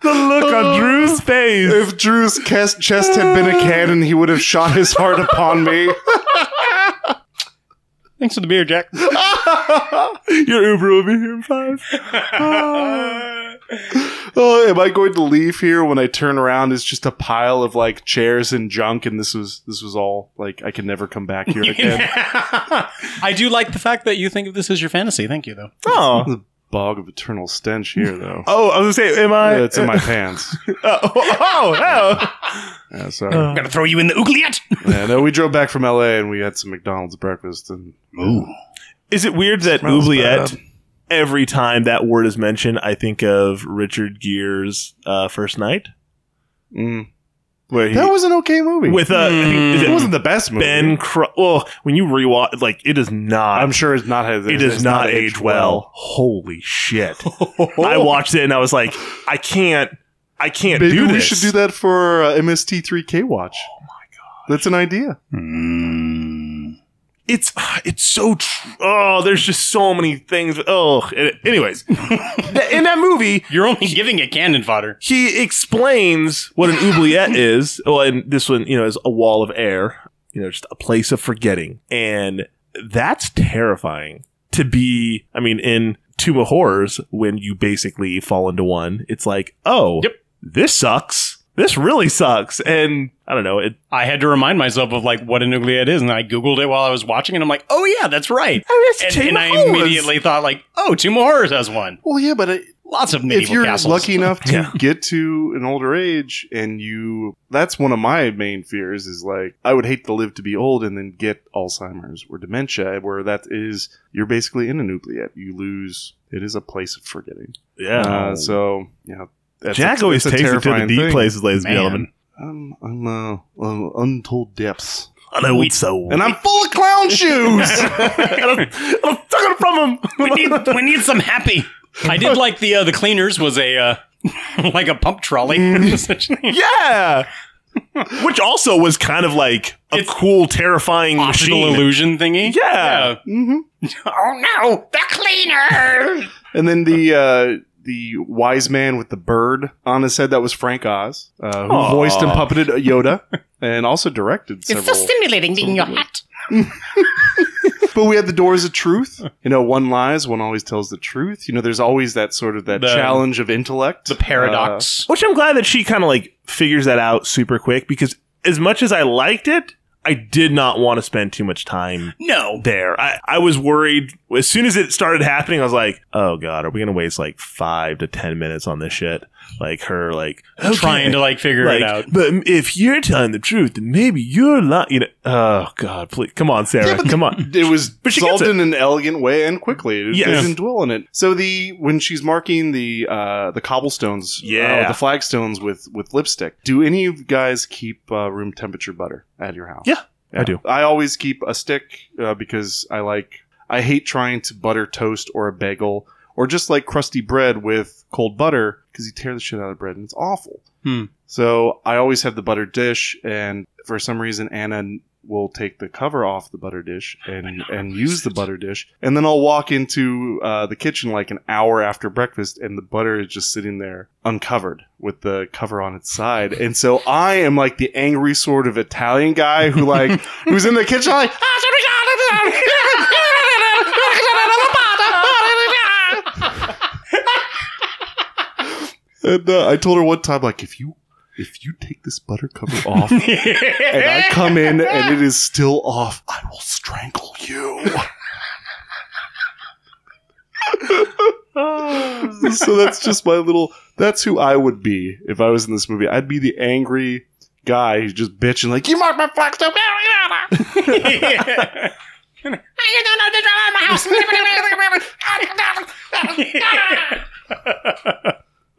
Speaker 9: the look on Drew's face.
Speaker 3: Uh, If Drew's chest, chest had been a cannon, he would have shot his heart upon me.
Speaker 5: Thanks for the beer, Jack.
Speaker 9: Your Uber will be here in five.
Speaker 3: Oh, am I going to leave here when I turn around? It's just a pile of like chairs and junk, and this was this was all like I can never come back here again.
Speaker 5: I do like the fact that you think of this as your fantasy. Thank you, though.
Speaker 9: Oh.
Speaker 3: the bog of eternal stench here, though.
Speaker 9: Oh, I was gonna say, am I?
Speaker 3: Yeah, it's in my pants.
Speaker 9: Oh, oh, oh.
Speaker 3: Yeah, sorry.
Speaker 5: I'm gonna throw you in the oubliette.
Speaker 3: yeah, no, we drove back from L.A. and we had some McDonald's breakfast, and
Speaker 9: Is it weird that
Speaker 3: Smells
Speaker 9: oubliette?
Speaker 3: bad.
Speaker 9: Every time that word is mentioned, I think of Richard Gere's uh, first night,
Speaker 3: Mm.
Speaker 9: where he
Speaker 3: that was an okay movie.
Speaker 9: with uh, I think, is
Speaker 3: Hmm. it wasn't the best movie.
Speaker 9: Ben. Cro- well, when you rewatch, like it is not.
Speaker 3: I'm sure it's not has
Speaker 9: it
Speaker 3: it's
Speaker 9: does not, age well. Holy shit! I watched it and I was like, I can't, I can't
Speaker 3: Maybe
Speaker 9: do
Speaker 3: we
Speaker 9: this.
Speaker 3: should do that for uh, MST3K Watch. Oh my god, that's an idea.
Speaker 9: It's it's so tr- oh, there's just so many things. Oh, anyways, th- in that movie,
Speaker 5: You're only giving it cannon fodder.
Speaker 9: he explains what an oubliette is. Well, and this one, you know, is a wall of air, you know, just a place of forgetting. And that's terrifying to be, I mean, in Tomb of Horrors, when you basically fall into one, it's like, oh,
Speaker 5: Yep.
Speaker 9: this sucks. This really sucks. And I don't know. It,
Speaker 5: I had to remind myself of like what an oubliette is, and I googled it while I was watching, and I'm like, oh yeah, that's right.
Speaker 9: Oh, that's
Speaker 5: and,
Speaker 9: Tomb
Speaker 5: and
Speaker 9: of
Speaker 5: I
Speaker 9: Horrors.
Speaker 5: immediately thought like, oh, Tomb of Horrors has one.
Speaker 3: Well, yeah, but it,
Speaker 5: Lots of medieval
Speaker 3: if you're
Speaker 5: castles.
Speaker 3: lucky enough to
Speaker 9: Yeah.
Speaker 3: get to an older age and you that's one of my main fears is like i would hate to live to be old and then get alzheimer's or dementia where that is you're basically in an oubliette you lose it is a place of forgetting
Speaker 9: yeah.
Speaker 3: uh, so yeah that's
Speaker 9: Um, Jack
Speaker 3: it's-
Speaker 9: always
Speaker 3: it's a
Speaker 9: takes it to the
Speaker 3: terrifying
Speaker 9: deep
Speaker 3: thing.
Speaker 9: places, ladies and gentlemen.
Speaker 3: i'm, I'm uh, um, untold depths
Speaker 9: I know it's so.
Speaker 3: and i'm full of clown shoes
Speaker 9: I'm talking from him.
Speaker 5: we need we need some happy. I did like the uh, the cleaners was a uh, like a pump trolley.
Speaker 3: Mm.
Speaker 5: essentially.
Speaker 9: Yeah. Which also was kind of like a
Speaker 5: It's
Speaker 9: cool, terrifying
Speaker 5: Optical
Speaker 9: machine.
Speaker 5: illusion thingy.
Speaker 9: Yeah.
Speaker 3: mm-hmm.
Speaker 14: Oh no, the cleaner!
Speaker 3: And then the uh, the wise man with the bird on his head that was Frank Oz, uh, who
Speaker 9: Aw.
Speaker 3: voiced and puppeted Yoda, and also directed
Speaker 14: It's
Speaker 3: several.
Speaker 14: so stimulating being in your
Speaker 3: several
Speaker 14: hat.
Speaker 3: but we had the doors of truth. You know, one lies, one always tells the truth. You know, there's always that sort of that
Speaker 5: The-
Speaker 3: challenge of intellect, Uh,
Speaker 5: The paradox.
Speaker 9: Which I'm glad that she kind of like figures that out super quick because as much as I liked it, I did not want to spend too much time
Speaker 5: no.
Speaker 9: there. I, I was worried as soon as it started happening, I was like, oh God, are we going to waste like five to 10 minutes on this shit? like her like
Speaker 3: Uh,
Speaker 5: Trying to, like, figure it out.
Speaker 9: But if you're telling the truth, then maybe you're lying. You know, oh God, please come on, Sarah, come on.
Speaker 3: It was
Speaker 9: she
Speaker 3: solved
Speaker 9: gets it.
Speaker 3: in an elegant way and quickly. It
Speaker 9: Yes.
Speaker 3: didn't dwell on it. So the when she's marking the uh, the cobblestones,
Speaker 9: Yeah.
Speaker 3: uh, the flagstones with with lipstick. Do any of you guys keep uh, room temperature butter at your house?
Speaker 9: Yeah, I do.
Speaker 3: I always keep a stick uh, because I like. I hate trying to butter toast or a bagel or just like crusty bread with cold butter because you tear the shit out of bread and it's awful.
Speaker 5: Hmm.
Speaker 3: So I always have the buttered dish, and for some reason Anna n- will take the cover off the butter dish and and use the butter dish, and then I'll walk into uh, the kitchen like an hour after breakfast, and the butter is just sitting there uncovered with the cover on its side, and so I am like the angry sort of Italian guy who like who's in the kitchen like. And uh, I told her one time, like, if you if you take this butter cover off and I come in and it is still off, I will strangle you. so that's just my little. That's who I would be if I was in this movie. I'd be the angry guy who's just bitching, like, you marked my flagstone.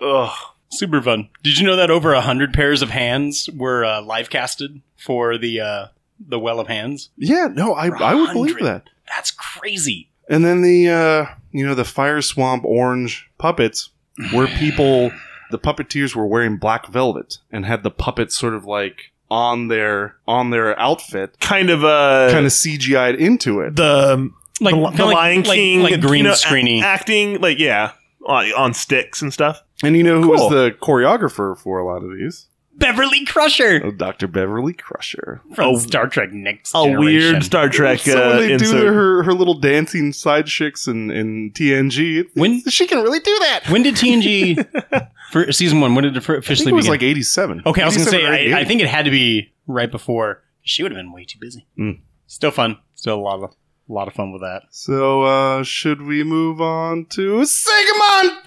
Speaker 5: Ugh. Super fun. Did you know that over a hundred pairs of hands were uh, live casted for the uh, the Well of Hands?
Speaker 3: Yeah, no, I, I would believe that.
Speaker 5: That's crazy.
Speaker 3: And then the uh, you know the fire swamp orange puppets were people. The puppeteers were wearing black velvet and had the puppets sort of like on their on their outfit,
Speaker 9: kind of uh,
Speaker 3: kind of CGI'd into it.
Speaker 9: The um,
Speaker 5: like
Speaker 9: the,
Speaker 3: kinda
Speaker 9: the
Speaker 3: like-
Speaker 9: Lion
Speaker 3: like-
Speaker 9: King,
Speaker 3: like
Speaker 9: you
Speaker 3: green
Speaker 9: know, a-
Speaker 3: screeny.
Speaker 9: acting, like yeah, on, on sticks and stuff.
Speaker 3: And you know who
Speaker 9: Cool.
Speaker 3: was the choreographer for a lot of these?
Speaker 5: Beverly Crusher
Speaker 3: Oh, Dr. Beverly Crusher.
Speaker 5: from Star Trek Next
Speaker 9: a
Speaker 5: Generation.
Speaker 9: weird Star Trek
Speaker 3: So when
Speaker 9: uh,
Speaker 3: they do
Speaker 9: insert.
Speaker 3: their- her her little dancing side chicks in, in TNG, it-
Speaker 5: When
Speaker 3: she can really do that?
Speaker 5: When did TNG for season one? When did it fir- officially?
Speaker 3: it was
Speaker 5: begin?
Speaker 3: like eighty seven.
Speaker 5: Okay, I was gonna say I, I think it had to be right before. She would have been way too busy.
Speaker 9: Hmm.
Speaker 5: Still fun. Still a lot of a lot of fun with that.
Speaker 3: So uh, should we move on to Segamonte?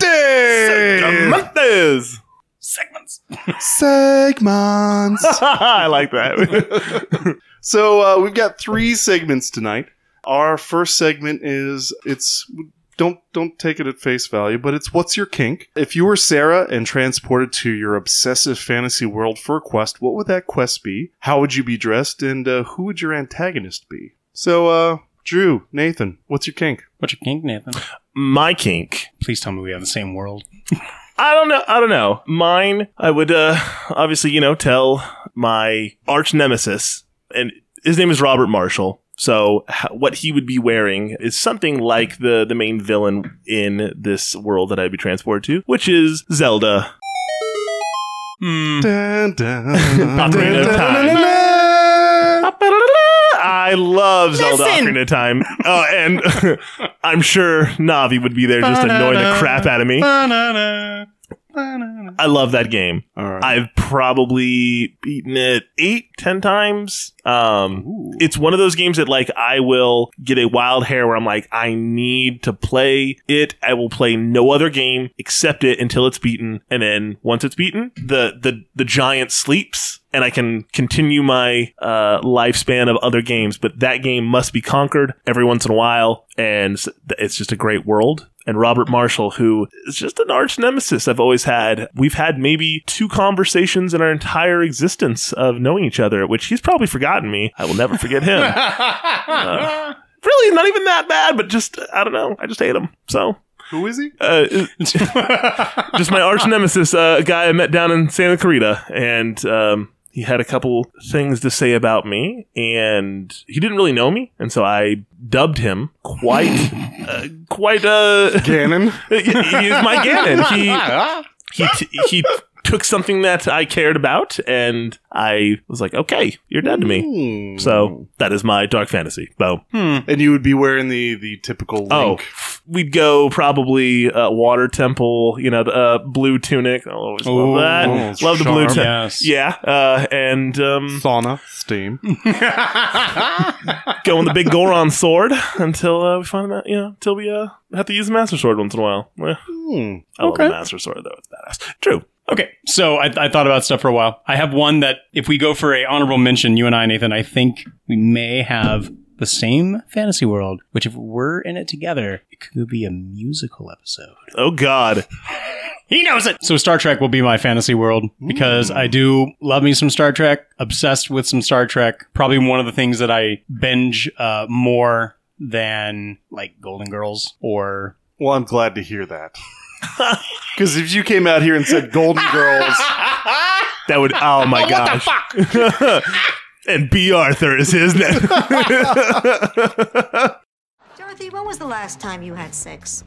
Speaker 9: Segmentos.
Speaker 5: Segments.
Speaker 3: Segments.
Speaker 9: I like that.
Speaker 3: so uh, we've got three segments tonight. Our first segment is it's don't don't take it at face value, but it's what's your kink? If you were Sarah and transported to your obsessive fantasy world for a quest, what would that quest be? How would you be dressed, and uh, who would your antagonist be? So, uh, Drew, Nathan, what's your kink?
Speaker 5: What's your kink, Nathan?
Speaker 9: My kink.
Speaker 5: Please tell me we have the same world.
Speaker 9: I don't know. I don't know. Mine, I would uh, obviously, you know, tell my arch nemesis, and his name is Robert Marshall. So h- what he would be wearing is something like the the main villain in this world that I'd be transported to, which is Zelda.
Speaker 3: Dun, dun,
Speaker 9: Ocarina of Time. I love Zelda
Speaker 3: Listen.
Speaker 9: Ocarina of Time, uh, and I'm sure Navi would be there just annoying the crap out of me. I love that game. I've probably beaten it eight, ten times. Um, it's one of those games that like I will get a wild hair where I'm like, I need to play it. I will play no other game except it until it's beaten, and then once it's beaten, the the the giant sleeps. And I can continue my uh, lifespan of other games, but that game must be conquered every once in a while, and s- it's just a great world and Robert Marshall, who is just an arch nemesis I've always had. We've had maybe two conversations in our entire existence of knowing each other, which he's probably forgotten me. I will never forget him. Uh, really, not even that bad, but just, I don't know. I just hate him. So.
Speaker 3: Who is he?
Speaker 9: Uh, just my arch nemesis, uh, a guy I met down in Santa Clarita, and um, he had a couple things to say about me, and he didn't really know me, and so I dubbed him quite, uh, quite uh,
Speaker 3: Ganon.
Speaker 9: he is my Ganon. He he t- he took something that I cared about and I was like, okay, you're dead to
Speaker 5: Hmm.
Speaker 9: me.
Speaker 3: Hmm.
Speaker 9: So that is my dark fantasy. Bo.
Speaker 3: And you would be wearing the the typical link.
Speaker 9: Oh, we'd go probably uh, water temple. You know, the uh, blue tunic. I always
Speaker 3: Ooh,
Speaker 9: love that.
Speaker 3: it's
Speaker 9: love the blue
Speaker 3: sharp.
Speaker 9: tunic.
Speaker 3: Yes.
Speaker 9: Yeah, uh, and
Speaker 5: Hmm.
Speaker 9: um,
Speaker 3: sauna, steam.
Speaker 9: go on the big Goron sword until uh, we find out. You know, until we uh, have to use the master sword once in a while. Eh.
Speaker 3: Hmm.
Speaker 9: I love
Speaker 5: Okay.
Speaker 9: the master sword though. It's badass. True.
Speaker 5: Okay, so I, I thought about stuff for a while. I have one that if we go for a honorable mention, you and I, Nathan, I think we may have the same fantasy world. Which, if we're in it together, it could be a musical episode.
Speaker 9: Oh God,
Speaker 5: he knows it. So Star Trek will be my fantasy world because I do love me some Star Trek. Obsessed with some Star Trek. Probably one of the things that I binge uh, more than like Golden Girls or.
Speaker 3: Well, I'm glad to hear that. Because if you came out here and said Golden Girls,
Speaker 9: that would oh my
Speaker 3: Oh, what the
Speaker 9: gosh. and B. Arthur is his name.
Speaker 18: Dorothy, when was the last time you had sex?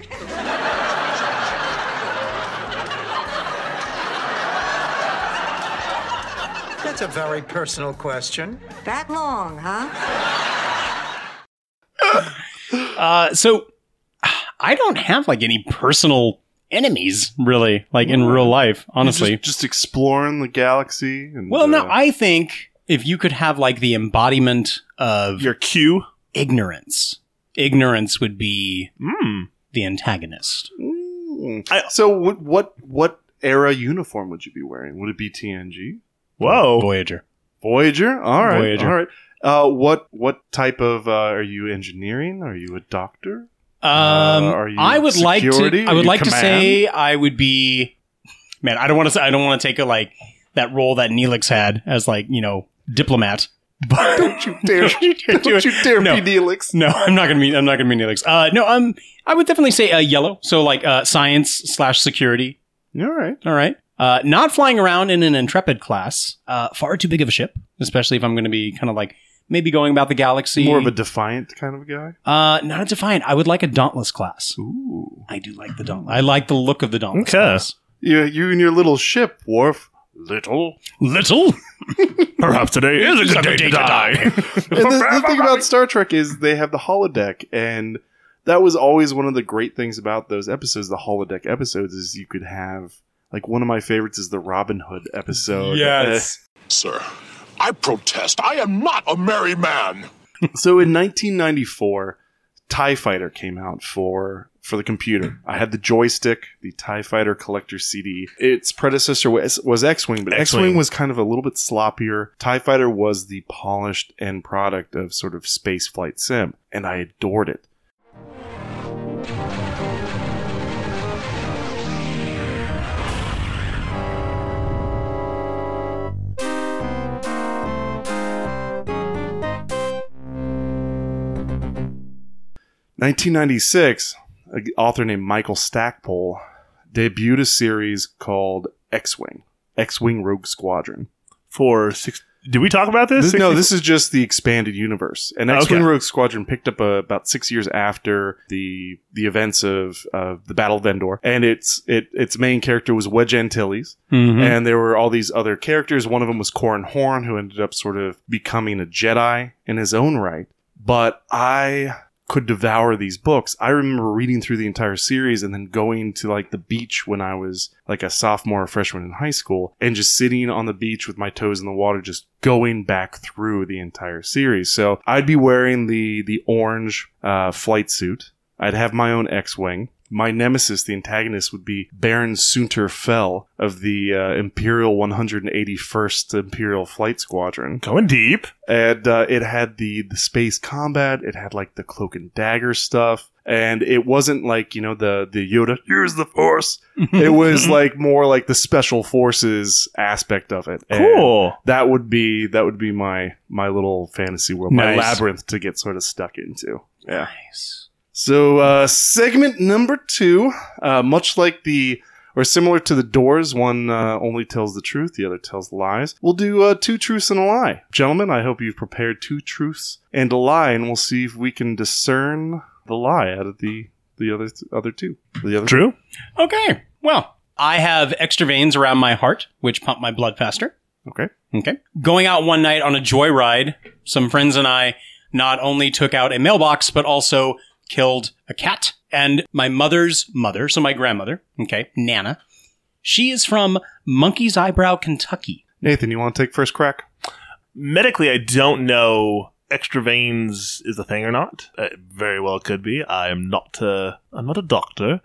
Speaker 17: That's a very personal question.
Speaker 18: That long, huh?
Speaker 5: Uh, so I don't have like any personal enemies really, like in real life, honestly.
Speaker 3: just, just exploring the galaxy. And,
Speaker 5: well, no,
Speaker 3: uh,
Speaker 5: I think if you could have like the embodiment of
Speaker 9: your cue,
Speaker 5: ignorance, ignorance would be
Speaker 3: Hmm.
Speaker 5: the antagonist.
Speaker 3: so what, what what era uniform would you be wearing? Would it be TNG? Oh.
Speaker 9: Whoa,
Speaker 5: Voyager,
Speaker 3: Voyager. All right,
Speaker 5: Voyager.
Speaker 3: all right. Uh, what what type of uh, are you engineering? Are you a doctor?
Speaker 5: Um,
Speaker 3: Uh, are you
Speaker 5: I would
Speaker 3: security?
Speaker 5: like to. I
Speaker 3: Are
Speaker 5: would
Speaker 3: you
Speaker 5: like to
Speaker 3: command?
Speaker 5: say I would be. Man, I don't want to. say I don't want to take a like that role that Neelix had as like you know diplomat.
Speaker 9: Uh,
Speaker 5: But don't you
Speaker 3: dare-
Speaker 5: do
Speaker 3: don't
Speaker 5: it.
Speaker 3: you dare
Speaker 5: no.
Speaker 3: be Neelix.
Speaker 5: No, I'm not gonna be. I'm not gonna be Neelix. Uh, no, um, I would definitely say uh, yellow. So like uh, science slash security.
Speaker 3: All right.
Speaker 5: All right. Uh, not flying around in an intrepid class. Uh, far too big of a ship, especially if I'm going to be kind of like maybe going about the galaxy.
Speaker 3: More of a defiant kind of guy.
Speaker 5: Uh, not a defiant. I would like a dauntless class.
Speaker 3: Ooh,
Speaker 5: I do like the dauntless. I like the look of the dauntless. class.
Speaker 3: You you and your little ship, Worf. Little.
Speaker 5: Little.
Speaker 9: Perhaps today is a good day to die.
Speaker 3: and the, the thing about Star Trek is they have the holodeck, and that was always one of the great things about those episodes, the holodeck episodes, is you could have like one of my favorites is the Robin Hood episode.
Speaker 12: Sir, I protest. I am not a merry man.
Speaker 3: Uh, so in 1994, Tie Fighter came out for for the computer. I had the joystick, the Tie Fighter collector CD. Its predecessor was, was X Wing, but X
Speaker 9: X-Wing.
Speaker 3: Wing was kind of a little bit sloppier. Tie Fighter was the polished end product of sort of space flight sim, and I adored it. Nineteen ninety six, an author named Michael Stackpole debuted a series called X Wing, X Wing Rogue Squadron.
Speaker 9: For six, did we talk about this?
Speaker 3: This- no,
Speaker 9: 60
Speaker 3: this is just the expanded universe. And X Wing
Speaker 9: Okay.
Speaker 3: Rogue Squadron picked up uh, about six years after the the events of uh, the Battle of Endor, and its it its main character was Wedge Antilles,
Speaker 5: Mhm.
Speaker 3: and there were all these other characters. One of them was Corin Horn, who ended up sort of becoming a Jedi in his own right. But I could devour these books. I remember reading through the entire series and then going to like the beach when I was like a sophomore or freshman in high school and just sitting on the beach with my toes in the water just going back through the entire series. So I'd be wearing the the orange uh, flight suit. I'd have my own X-wing. My nemesis, the antagonist, would be Baron Sunter Fell of the uh, Imperial 181st Imperial Flight Squadron.
Speaker 9: Going deep.
Speaker 3: And uh, it had the, the space combat. It had like the cloak and dagger stuff. And it wasn't like, you know, the, the Yoda, here's the force. it was like more like the special forces aspect of it. And
Speaker 9: Cool.
Speaker 3: that would be that would be my my little fantasy world, my
Speaker 9: Nice.
Speaker 3: labyrinth to get sort of stuck into. Yeah. Nice. So uh, segment number two, uh, much like the or similar to the Doors, one uh, only tells the truth, the other tells lies. We'll do uh, two truths and a lie, gentlemen. I hope you've prepared two truths and a lie, and we'll see if we can discern the lie out of the the other other two. The other
Speaker 9: True.
Speaker 5: Okay. Well, I have extra veins around my heart, which pump my blood faster.
Speaker 3: Okay.
Speaker 5: Okay. Going out one night on a joyride, some friends and I not only took out a mailbox, but also killed a cat. And my mother's mother, so my grandmother, okay, Nana, she is from Monkey's Eyebrow, Kentucky.
Speaker 3: Nathan, you want to take first crack?
Speaker 9: Medically, I don't know extra veins is a thing or not. It very well could be. I am not a, I'm not a doctor,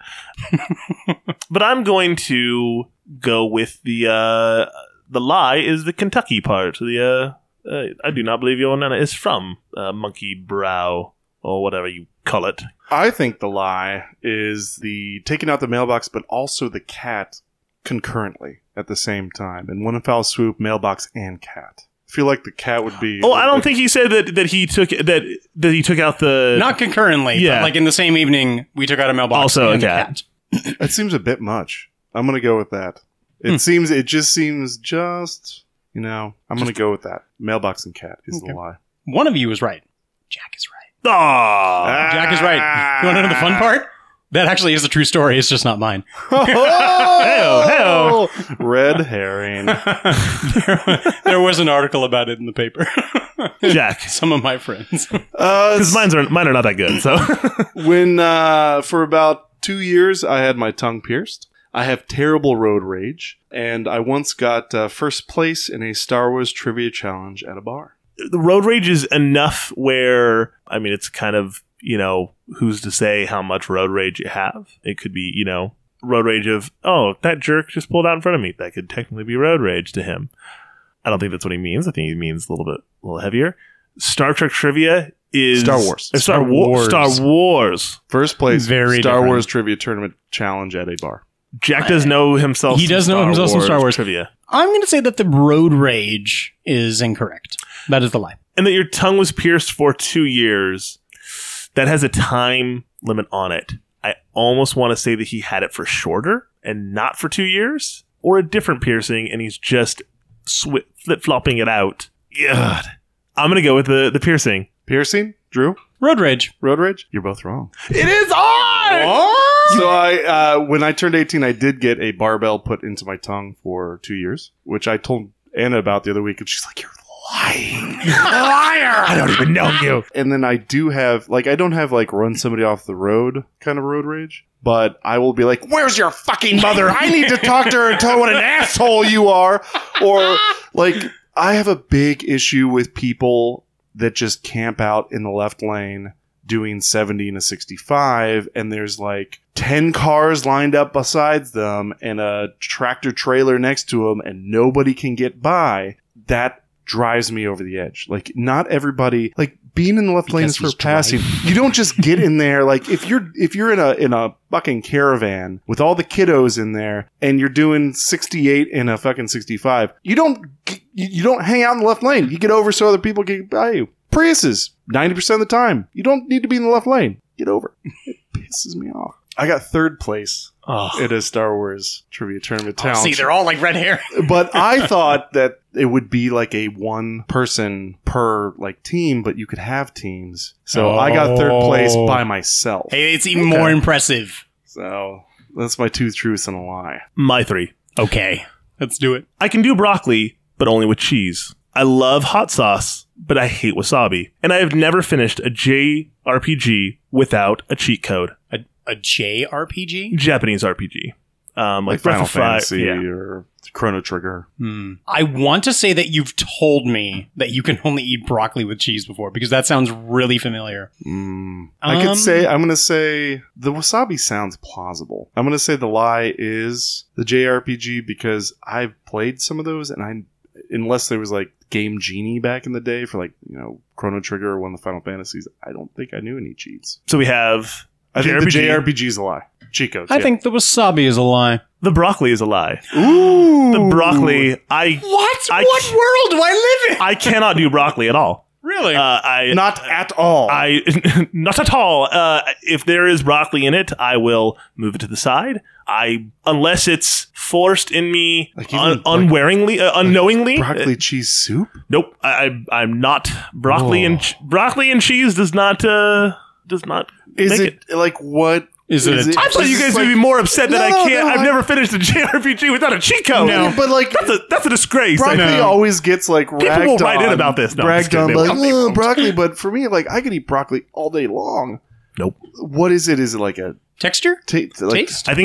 Speaker 9: but I'm going to go with the uh, the lie is the Kentucky part. The uh, uh, I do not believe your nana is from uh, Monkey Brow or whatever you call it.
Speaker 3: I think the lie is the taking out the mailbox, but also the cat concurrently at the same time. In one foul swoop, mailbox and cat. I feel like the cat would be.
Speaker 9: Oh, I don't think he said that that he took that that he took out the
Speaker 5: Not concurrently,
Speaker 9: Yeah.
Speaker 5: but like in the same evening, we took out a mailbox.
Speaker 9: Also a
Speaker 5: and
Speaker 9: cat.
Speaker 3: That seems a bit much. I'm gonna go with that. It seems. It just seems just. You know, I'm gonna go with that. Mailbox and cat is the lie.
Speaker 5: One of you is right.
Speaker 9: Jack is right.
Speaker 5: Oh, Jack is right. You want to know the fun part? That actually is a true story. It's just not mine.
Speaker 3: Oh, Ah! red herring.
Speaker 5: there was an article about it in the paper.
Speaker 9: Jack,
Speaker 5: some of my friends.
Speaker 3: Uh,
Speaker 9: Because mine's are mine are not that good. So
Speaker 3: when uh, for about two years I had my tongue pierced. I have terrible road rage, and I once got uh, first place in a Star Wars trivia challenge at a bar.
Speaker 9: the road rage is enough where I mean it's kind of you know who's to say how much road rage you have. It could be you know road rage of oh that jerk just pulled out in front of me. That could technically be road rage to him. I don't think that's what he means. I think he means a little bit a little heavier. Star Trek trivia is
Speaker 3: Star Wars.
Speaker 9: Uh, Star,
Speaker 3: Star
Speaker 9: Wars.
Speaker 3: Wars.
Speaker 9: Star Wars.
Speaker 3: First place,
Speaker 9: Very
Speaker 3: Star
Speaker 9: different.
Speaker 3: Wars trivia tournament challenge at a bar.
Speaker 9: Jack does know himself.
Speaker 5: He does know himself some Star Wars.
Speaker 9: trivia,
Speaker 5: I'm going to say that the road rage is incorrect. That is the lie.
Speaker 9: and that your tongue was pierced for two years. That has a time limit on it. I almost want to say that he had it for shorter and not for two years, or a different piercing, and he's just swi flip flopping it out. God, I'm gonna go with the the piercing.
Speaker 3: Piercing, Drew.
Speaker 5: Road rage.
Speaker 3: Road rage. You're both wrong.
Speaker 9: It is on.
Speaker 3: So I, uh, when I turned 18, I did get a barbell put into my tongue for two years, which I told Anna about the other week, and she's like, "You're lying,
Speaker 9: liar! I don't even know you."
Speaker 3: And then I do have, like, I don't have like run somebody off the road kind of road rage, but I will be like, "Where's your fucking mother? I need to talk to her and tell her what an asshole you are," or like, I have a big issue with people that just camp out in the left lane doing 70 and a 65 and there's like 10 cars lined up besides them and a tractor trailer next to them and nobody can get by that drives me over the edge like not everybody like being in the left lane is for passing you don't just get in there like if you're if you're in a in a fucking caravan with all the kiddos in there and you're doing 68 in a fucking 65 you don't g- you you don't hang out in the left lane you get over so other people get by you Priuses, 90% of the time. You don't need to be in the left lane. Get over. it. It pisses me off. I got third place
Speaker 5: Oh,
Speaker 3: at a Star Wars trivia tournament challenge.
Speaker 5: See, they're all like red hair.
Speaker 3: but I thought that it would be like a one person per like team, but you could have teams. So I got third place
Speaker 5: Oh.
Speaker 3: by myself.
Speaker 5: Hey, it's even
Speaker 3: Okay.
Speaker 5: more impressive.
Speaker 3: So that's my two truths and a lie.
Speaker 9: My three.
Speaker 5: Okay. Let's do it.
Speaker 9: I can do broccoli, but only with cheese. I love hot sauce, but I hate wasabi. And I have never finished a JRPG without a cheat code.
Speaker 5: A, a JRPG?
Speaker 9: Japanese RPG. Um, like,
Speaker 3: Like Final
Speaker 9: Breath of Fire-
Speaker 3: Fantasy
Speaker 9: yeah.
Speaker 3: or Chrono Trigger.
Speaker 5: Hmm. I want to say that you've told me that you can only eat broccoli with cheese before because that sounds really familiar.
Speaker 3: Mm. I could
Speaker 5: Um,
Speaker 3: say I'm gonna say the wasabi sounds plausible. I'm gonna say the lie is the JRPG because I've played some of those and I unless there was like Game Genie back in the day for like, you know, Chrono Trigger or one of the Final Fantasies, I don't think I knew any cheats.
Speaker 9: So we have.
Speaker 3: I think the JRPG is a lie. Cheat codes.
Speaker 5: I
Speaker 3: yeah.
Speaker 5: think the wasabi is a lie.
Speaker 9: The broccoli is a lie.
Speaker 5: Ooh.
Speaker 9: The broccoli, I.
Speaker 5: What?
Speaker 9: I-
Speaker 5: what world do I live in?
Speaker 9: I cannot do broccoli at all.
Speaker 5: Really?
Speaker 9: Uh, I
Speaker 3: not at all.
Speaker 9: I not at all. Uh, if there is broccoli in it, I will move it to the side. I unless it's forced in me un-
Speaker 3: even, like-
Speaker 9: unwaringly, uh, unknowingly.
Speaker 3: broccoli
Speaker 9: uh,
Speaker 3: cheese soup?
Speaker 9: nope. I, I I'm not
Speaker 3: Oh.
Speaker 9: broccoli and ch- broccoli and cheese does not uh does not
Speaker 3: Is
Speaker 9: make
Speaker 3: it, like what
Speaker 5: Is it? a
Speaker 9: I thought you guys would be more upset that
Speaker 3: No,
Speaker 9: I
Speaker 3: no,
Speaker 9: can't.
Speaker 3: no,
Speaker 9: I've
Speaker 3: I-
Speaker 9: never finished a JRPG without a cheat code.
Speaker 3: No. But, like,
Speaker 9: that's a that's a disgrace.
Speaker 3: Broccoli
Speaker 9: Like,
Speaker 3: always gets like
Speaker 9: People
Speaker 3: ragged
Speaker 9: will write in
Speaker 3: on-
Speaker 9: about this. No, I'm just
Speaker 3: ragged on
Speaker 9: kidding. They
Speaker 3: like
Speaker 9: won't. They
Speaker 3: "Ugh, broccoli, but for me, like I could eat broccoli all day long.
Speaker 9: Nope.
Speaker 3: What is it? Is it like a
Speaker 5: texture?
Speaker 9: I think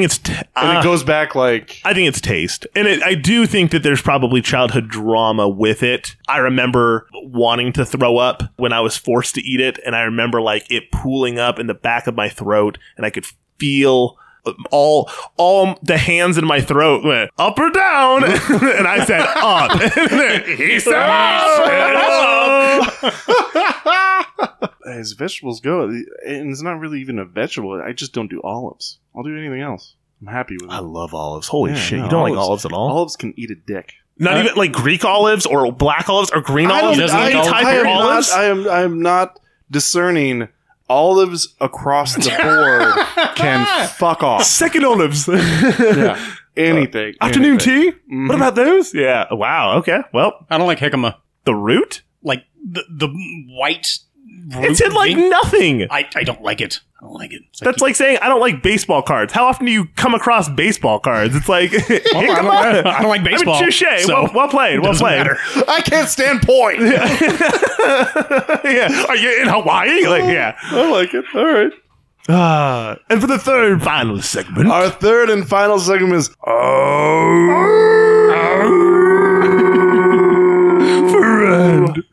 Speaker 9: it's t-
Speaker 3: And it goes back like
Speaker 9: I think it's taste, and it, I do think that there's probably childhood drama with it. I remember wanting to throw up when I was forced to eat it, and I remember like it pooling up in the back of my throat, and I could feel uh, all all the hands in my throat went up or down, and I said up. he said up.
Speaker 3: as vegetables go, and it's not really even a vegetable. I just don't do olives. I'll do anything else. I'm happy with it. I
Speaker 9: love olives. Holy shit, you don't like olives at all?
Speaker 3: Olives can eat a dick.
Speaker 9: Not even like Greek olives or black olives or green
Speaker 3: I
Speaker 9: olives.
Speaker 3: don't- I,
Speaker 9: Any type
Speaker 3: I
Speaker 9: of
Speaker 3: am
Speaker 9: olives.
Speaker 3: Not, I am. I am not discerning olives across the board. can fuck off.
Speaker 9: Second olives.
Speaker 3: yeah. Anything.
Speaker 9: Afternoon
Speaker 3: anything.
Speaker 9: tea? What about those? Uh, Mm-hmm. Yeah. Wow. Okay. Well,
Speaker 5: I don't like jicama.
Speaker 9: The root?
Speaker 5: Like the the white.
Speaker 9: It's in like
Speaker 5: root
Speaker 9: nothing.
Speaker 5: I, I don't like it. I don't like it. It's
Speaker 9: That's like saying I don't like baseball cards. How often do you come across baseball cards? It's like
Speaker 5: I don't- I don't like baseball,
Speaker 9: I mean, touche.
Speaker 5: so
Speaker 9: well, well played. Well
Speaker 5: doesn't
Speaker 9: played.
Speaker 5: matter.
Speaker 3: I can't stand point.
Speaker 9: yeah. Are you in Hawaii? Like, yeah.
Speaker 3: I like it. All right.
Speaker 9: Uh, and for the third and final segment,
Speaker 3: Our third and final segment is
Speaker 9: friend.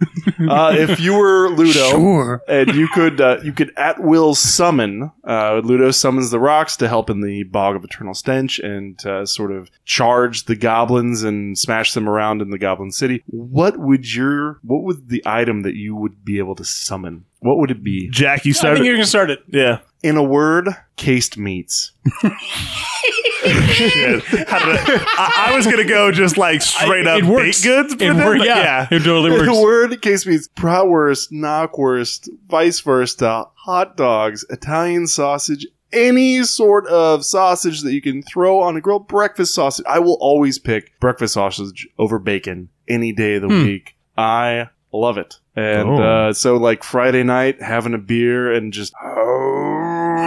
Speaker 3: uh, if you were Ludo,
Speaker 9: Sure.
Speaker 3: and you could uh, you could at will summon uh, Ludo summons the rocks to help in the bog of eternal stench and uh, sort of charge the goblins and smash them around in the goblin city. What would your what would the item that you would be able to summon? What would it be?
Speaker 9: Jack, you
Speaker 5: I think you can start it.
Speaker 9: yeah.
Speaker 3: In a word, cased meats.
Speaker 9: Shit. How did I, I, I was gonna go just like straight
Speaker 3: I-
Speaker 9: up
Speaker 3: it works.
Speaker 9: baked goods. for
Speaker 3: It
Speaker 9: them,
Speaker 3: works.
Speaker 9: but
Speaker 3: Yeah.
Speaker 5: It totally
Speaker 3: In
Speaker 5: works.
Speaker 3: a word, case means bratwurst, knockwurst, vice versa, hot dogs, Italian sausage, any sort of sausage that you can throw on a grill. Breakfast sausage. I will always pick breakfast sausage over bacon any day of the
Speaker 9: Hmm.
Speaker 3: week. I love it. And
Speaker 9: Oh.
Speaker 3: uh, so, like Friday night, having a beer and just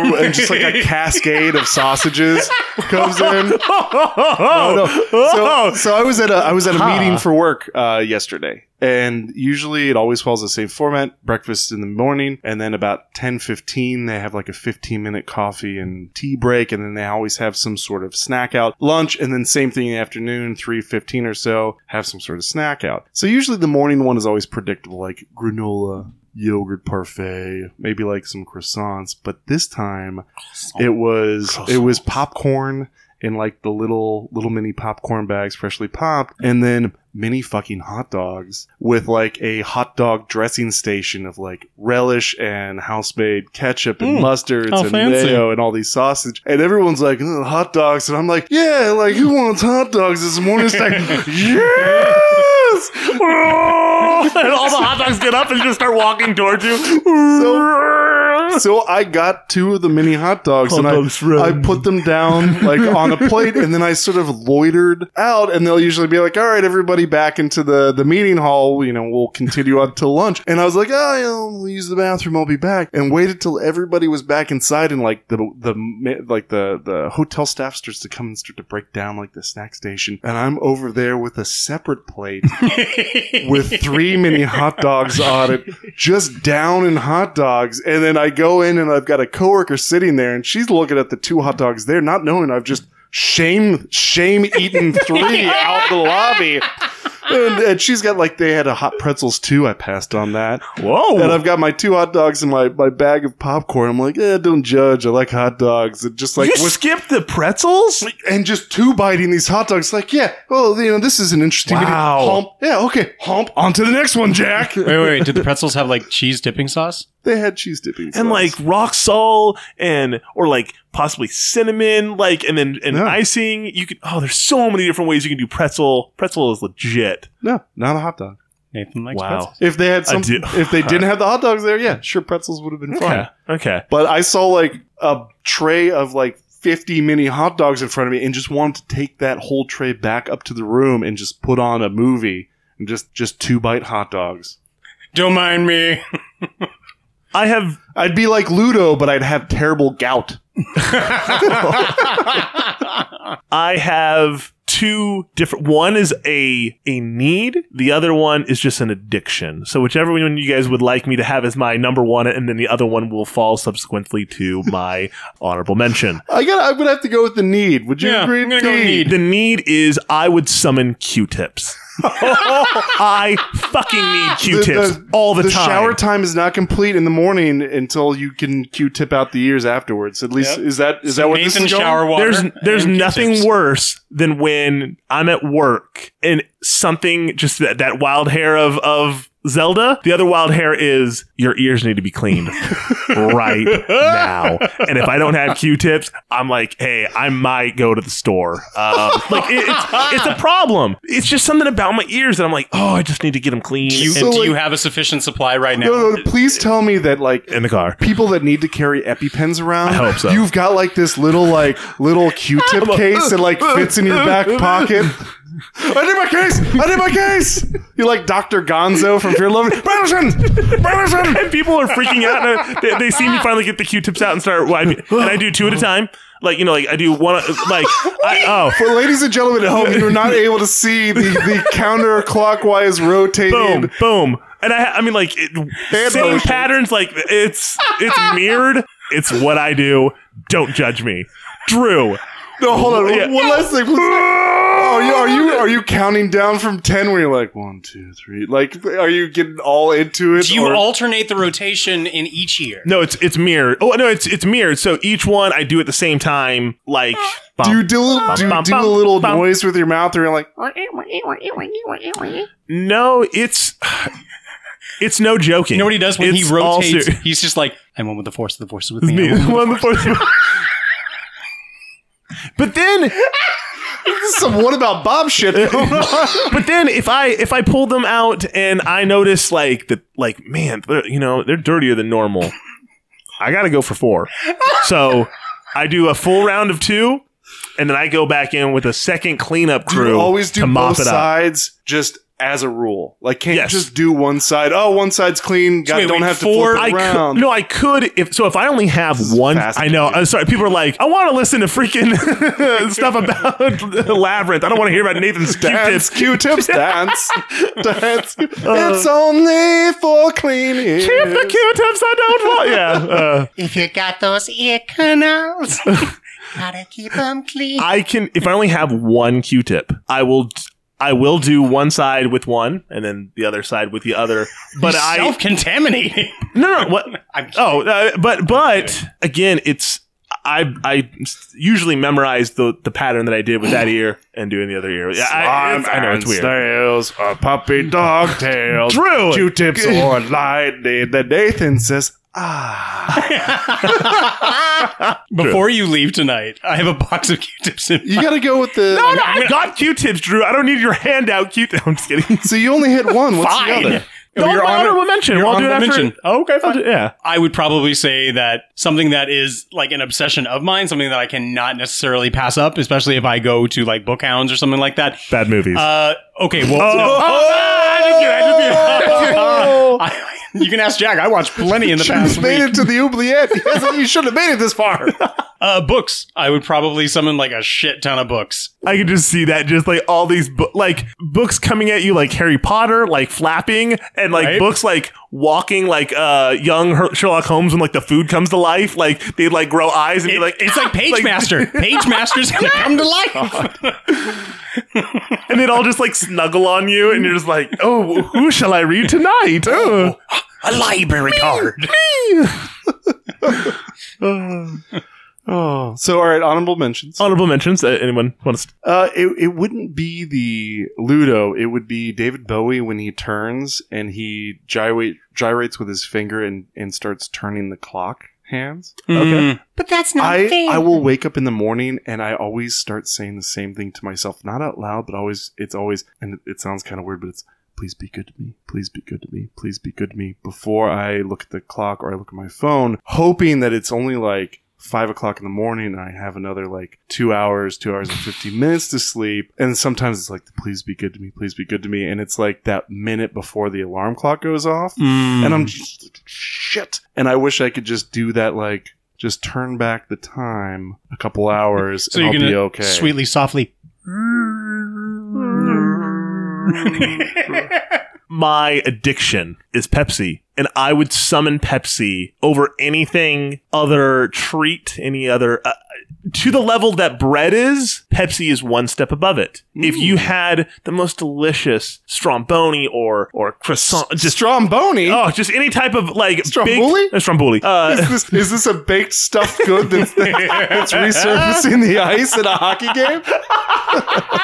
Speaker 3: and just like a cascade of sausages comes in.
Speaker 7: Oh.
Speaker 3: No, no. So, so I was at a I was at a
Speaker 9: Ha.
Speaker 3: meeting for work uh, yesterday, and usually it always follows the same format: breakfast in the morning, and then about ten fifteen they have like a fifteen minute coffee and tea break, and then they always have some sort of snack out, lunch, and then same thing in the afternoon, three fifteen or so, have some sort of snack out. So usually the morning one is always predictable, like granola. Yogurt parfait, maybe like some croissants, but this time
Speaker 5: Oh,
Speaker 3: it was it was popcorn in like the little little mini popcorn bags freshly popped and then mini fucking hot dogs with like a hot dog dressing station of like relish and house made ketchup and
Speaker 5: Mm.
Speaker 3: mustards
Speaker 5: How
Speaker 3: and
Speaker 5: fancy.
Speaker 3: mayo and all these sausage and everyone's like "Ugh, hot dogs and I'm like yeah like who wants hot dogs this morning it's like yes
Speaker 9: and all the hot dogs get up and just start walking towards you.
Speaker 3: so, so I got two of the mini hot dogs
Speaker 9: Hot
Speaker 3: and I,
Speaker 9: dogs, friend.
Speaker 3: I put them down like on a plate and then I sort of loitered out and they'll usually be like, all right, everybody back into the, the meeting hall. You know, we'll continue on till lunch. And I was like, oh, you know, we'll use the bathroom. I'll be back and waited till everybody was back inside and like the, the, ma- like the, the hotel staff starts to come and start to break down like the snack station. And I'm over there with a separate plate with three mini hot dogs on it, just down in hot dogs. And then I go in and I've got a coworker sitting there and she's looking at the two hot dogs there, not knowing I've just shame shame eaten three out the lobby. And, and she's got like they had a hot pretzels too. I passed on that.
Speaker 9: Whoa!
Speaker 3: And I've got my two hot dogs and my, my bag of popcorn. I'm like, eh, don't judge. I like hot dogs. And just like
Speaker 9: you
Speaker 3: was-
Speaker 9: skipped the pretzels?
Speaker 3: and just two biting these hot dogs. Like, yeah, well, you know, this is an interesting. meeting.
Speaker 9: Wow.
Speaker 3: Hump. Yeah, okay. Hump. On to um, the next one, Jack.
Speaker 5: wait, wait, wait. Did the pretzels have like cheese dipping sauce?
Speaker 3: They had cheese dipping.
Speaker 9: and like rock salt and or like possibly cinnamon, like and then and icing. You could oh, there's so many different ways you can do pretzel. Pretzel is legit.
Speaker 3: No, not a hot dog.
Speaker 5: Nathan likes
Speaker 9: Wow.
Speaker 3: If they had
Speaker 9: I
Speaker 3: some,
Speaker 9: do-
Speaker 3: if they didn't have the hot dogs there, yeah, sure, pretzels would have been fine.
Speaker 9: Okay. Okay.
Speaker 3: But I saw like a tray of like 50 mini hot dogs in front of me, and just wanted to take that whole tray back up to the room and just put on a movie and just just two bite hot dogs.
Speaker 5: Don't mind me.
Speaker 9: I have.
Speaker 3: I'd be like Ludo, but I'd have terrible gout.
Speaker 9: I have two different one is a a need the other one is just an addiction so whichever one you guys would like me to have is my number one and then the other one will fall subsequently to my honorable mention
Speaker 3: I got. I'm gonna have to go with the need. Would you agree? Need.
Speaker 9: the need is i would summon q-tips I fucking need Q-tips all the, time.
Speaker 3: shower time is not complete in the morning until you can Q-tip out the ears afterwards. At least is that is that what this is going?
Speaker 9: There's there's nothing worse than when I'm at work and something just that, that wild hair of of Zelda. The other wild hair is your ears need to be cleaned right now. And if I don't have Q-tips, I'm like, hey, I might go to the store. Um, like it, it's it's a problem. It's just something about my ears that I'm like, oh, I just need to get them clean.
Speaker 5: Do you, and do you have a sufficient supply right now?
Speaker 3: No, no, please tell me that like
Speaker 9: in the car,
Speaker 3: people that need to carry EpiPens around. I
Speaker 9: hope so.
Speaker 3: You've got like this little like little Q-tip case that like fits in your back pocket. I did my case. I did my case. You're like Doctor Gonzo from Fear Loving. Madison, Madison.
Speaker 9: and people are freaking out. And I- they, they see me finally get the Q-tips out and start wiping, and I do two at a time. Like you know, like I do one, like I, oh,
Speaker 3: For ladies and gentlemen at home, you're not able to see the, the counterclockwise rotating.
Speaker 9: boom, boom, and I, I mean, like it, same
Speaker 3: motion.
Speaker 9: patterns. Like it's it's mirrored. It's what I do. Don't judge me, Drew.
Speaker 3: No, hold on.
Speaker 9: Yeah.
Speaker 3: One last thing. Oh, you, are you are you counting down from ten? Where you're like one, two, three. Like, are you getting all into it?
Speaker 5: Do you
Speaker 3: or-
Speaker 5: alternate the rotation in each year?
Speaker 9: No, it's it's mirrored. Oh no, it's it's mirrored. So each one I do at the same time. Like
Speaker 3: do you do,
Speaker 9: bum,
Speaker 3: do,
Speaker 9: bum,
Speaker 3: do
Speaker 9: bum,
Speaker 3: a little
Speaker 9: bum.
Speaker 3: noise with your mouth, or you're like,
Speaker 9: No, it's it's no joking.
Speaker 5: You know what he does when
Speaker 9: It's
Speaker 5: he
Speaker 9: all
Speaker 5: rotates?
Speaker 9: ser-
Speaker 5: he's just like, I'm one with the force, the force is with
Speaker 9: It's
Speaker 5: me.
Speaker 9: me.
Speaker 5: I'm one with
Speaker 9: One of the first- but then,
Speaker 3: this is some what about Bob shit going on?
Speaker 9: but then, if I if I pull them out and I notice like that, like man, they're- you know they're dirtier than normal. I gotta go for four. So I do a full round of two, and then I go back in with a second cleanup
Speaker 3: Do
Speaker 9: crew.
Speaker 3: you always do
Speaker 9: to mop
Speaker 3: both
Speaker 9: it up.
Speaker 3: sides just as a rule? Like, can't
Speaker 9: Yes.
Speaker 3: you just do one side? Oh, one side's clean. God,
Speaker 5: wait,
Speaker 3: don't
Speaker 5: wait,
Speaker 3: have to
Speaker 5: four-
Speaker 3: flip
Speaker 9: I
Speaker 3: it around.
Speaker 9: could, no, I could if so. If I only have one, I know. I'm sorry. People are like, I want to listen to freaking stuff about labyrinth. I don't want to hear about Nathan's
Speaker 3: Dance,
Speaker 9: Q-tips.
Speaker 3: Q-tips, dance, dance.
Speaker 9: Uh.
Speaker 3: it's only for cleaning.
Speaker 9: Keep the Q-tips. I don't want. Yeah, uh,
Speaker 11: If you got those ear canals, gotta keep them clean.
Speaker 9: I can. If I only have one Q-tip, I will. I will do one side with one, and then the other side with the other. But I
Speaker 5: self-contaminating.
Speaker 9: No, no. What? oh, uh, but but again, it's I I usually memorize the the pattern that I did with that ear and doing the other ear. Yeah, I, it's- I know it's weird.
Speaker 3: Snails are puppy dog tails.
Speaker 9: Drew!
Speaker 3: Q-tips or lightning. Then Nathan says, "Ah,
Speaker 5: Before you leave tonight, I have a box of Q-tips. In
Speaker 3: "You got to go with the."
Speaker 9: Oh, No, no, I got Q-tips, Drew. I don't need your handout Q-tip. I'm just kidding.
Speaker 3: So you only hit one. What's
Speaker 5: Fine.
Speaker 3: the other?
Speaker 9: No,
Speaker 5: Your
Speaker 9: my
Speaker 5: honor-
Speaker 9: honorable mention.
Speaker 5: your
Speaker 9: Well, I'll do it
Speaker 5: honorable
Speaker 9: after-
Speaker 5: mention.
Speaker 9: Oh, okay, fine. yeah.
Speaker 5: I would probably say that something that is like an obsession of mine, something that I cannot necessarily pass up, especially if I go to like Bookhounds or something like that.
Speaker 9: Bad movies.
Speaker 5: Uh, okay, well,
Speaker 9: oh,
Speaker 5: no.
Speaker 9: I just did- I just did-
Speaker 5: I- you can ask Jack. I watched plenty in the
Speaker 3: Should have
Speaker 5: past
Speaker 3: made
Speaker 5: week.
Speaker 3: it to the oubliette. You guys- You should have made it this far.
Speaker 5: Uh, books. I would probably summon like a shit ton of books.
Speaker 9: I can just see that, just like all these bo- like books coming at you, like Harry Potter, like flapping, and like
Speaker 5: Right.
Speaker 9: books like walking, like uh young Her- Sherlock Holmes when like the food comes to life, like they like grow eyes and
Speaker 5: It-
Speaker 9: be like
Speaker 5: it's like Page Master. Page Master's gonna come to life.
Speaker 9: and they'd all just like snuggle on you, and you're just like, oh, who shall I read tonight? Oh.
Speaker 5: a library card.
Speaker 3: Oh, so all right. Honorable mentions.
Speaker 9: Honorable mentions. Uh, anyone wants? To-
Speaker 3: Uh, it, it wouldn't be the Ludo. It would be David Bowie when he turns and he gyrate, gyrates with his finger and, and starts turning the clock hands.
Speaker 5: Okay.
Speaker 11: But that's not
Speaker 3: I,
Speaker 11: fair.
Speaker 3: I will wake up in the morning and I always start saying the same thing to myself, not out loud, but always, it's always, and it, it sounds kind of weird, but it's, please be good to me. Please be good to me. Please be good to me. Before I look at the clock or I look at my phone, hoping that it's only like five o'clock in the morning and I have another like two hours, two hours and 15 minutes to sleep. And sometimes it's like, please be good to me. Please be good to me. And it's like that minute before the
Speaker 5: mm.
Speaker 3: alarm clock goes off. And I'm just like, shit. And I wish I could just do that, like, Just turn back the time a couple hours
Speaker 5: So
Speaker 3: and
Speaker 5: you're
Speaker 3: I'll
Speaker 5: gonna
Speaker 3: be okay.
Speaker 5: sweetly, softly.
Speaker 9: my addiction is Pepsi, and I would summon Pepsi over anything other treat, any other. Uh, to the level that bread is, Pepsi is one step above it. If you had the most delicious stromboni or or croissant, just
Speaker 3: stromboni,
Speaker 9: oh, just any type of like
Speaker 3: Stromboli?
Speaker 9: big, uh, stromboli. Uh,
Speaker 3: is, this, is this a baked stuffed good that's, that's resurfacing the ice at a hockey game?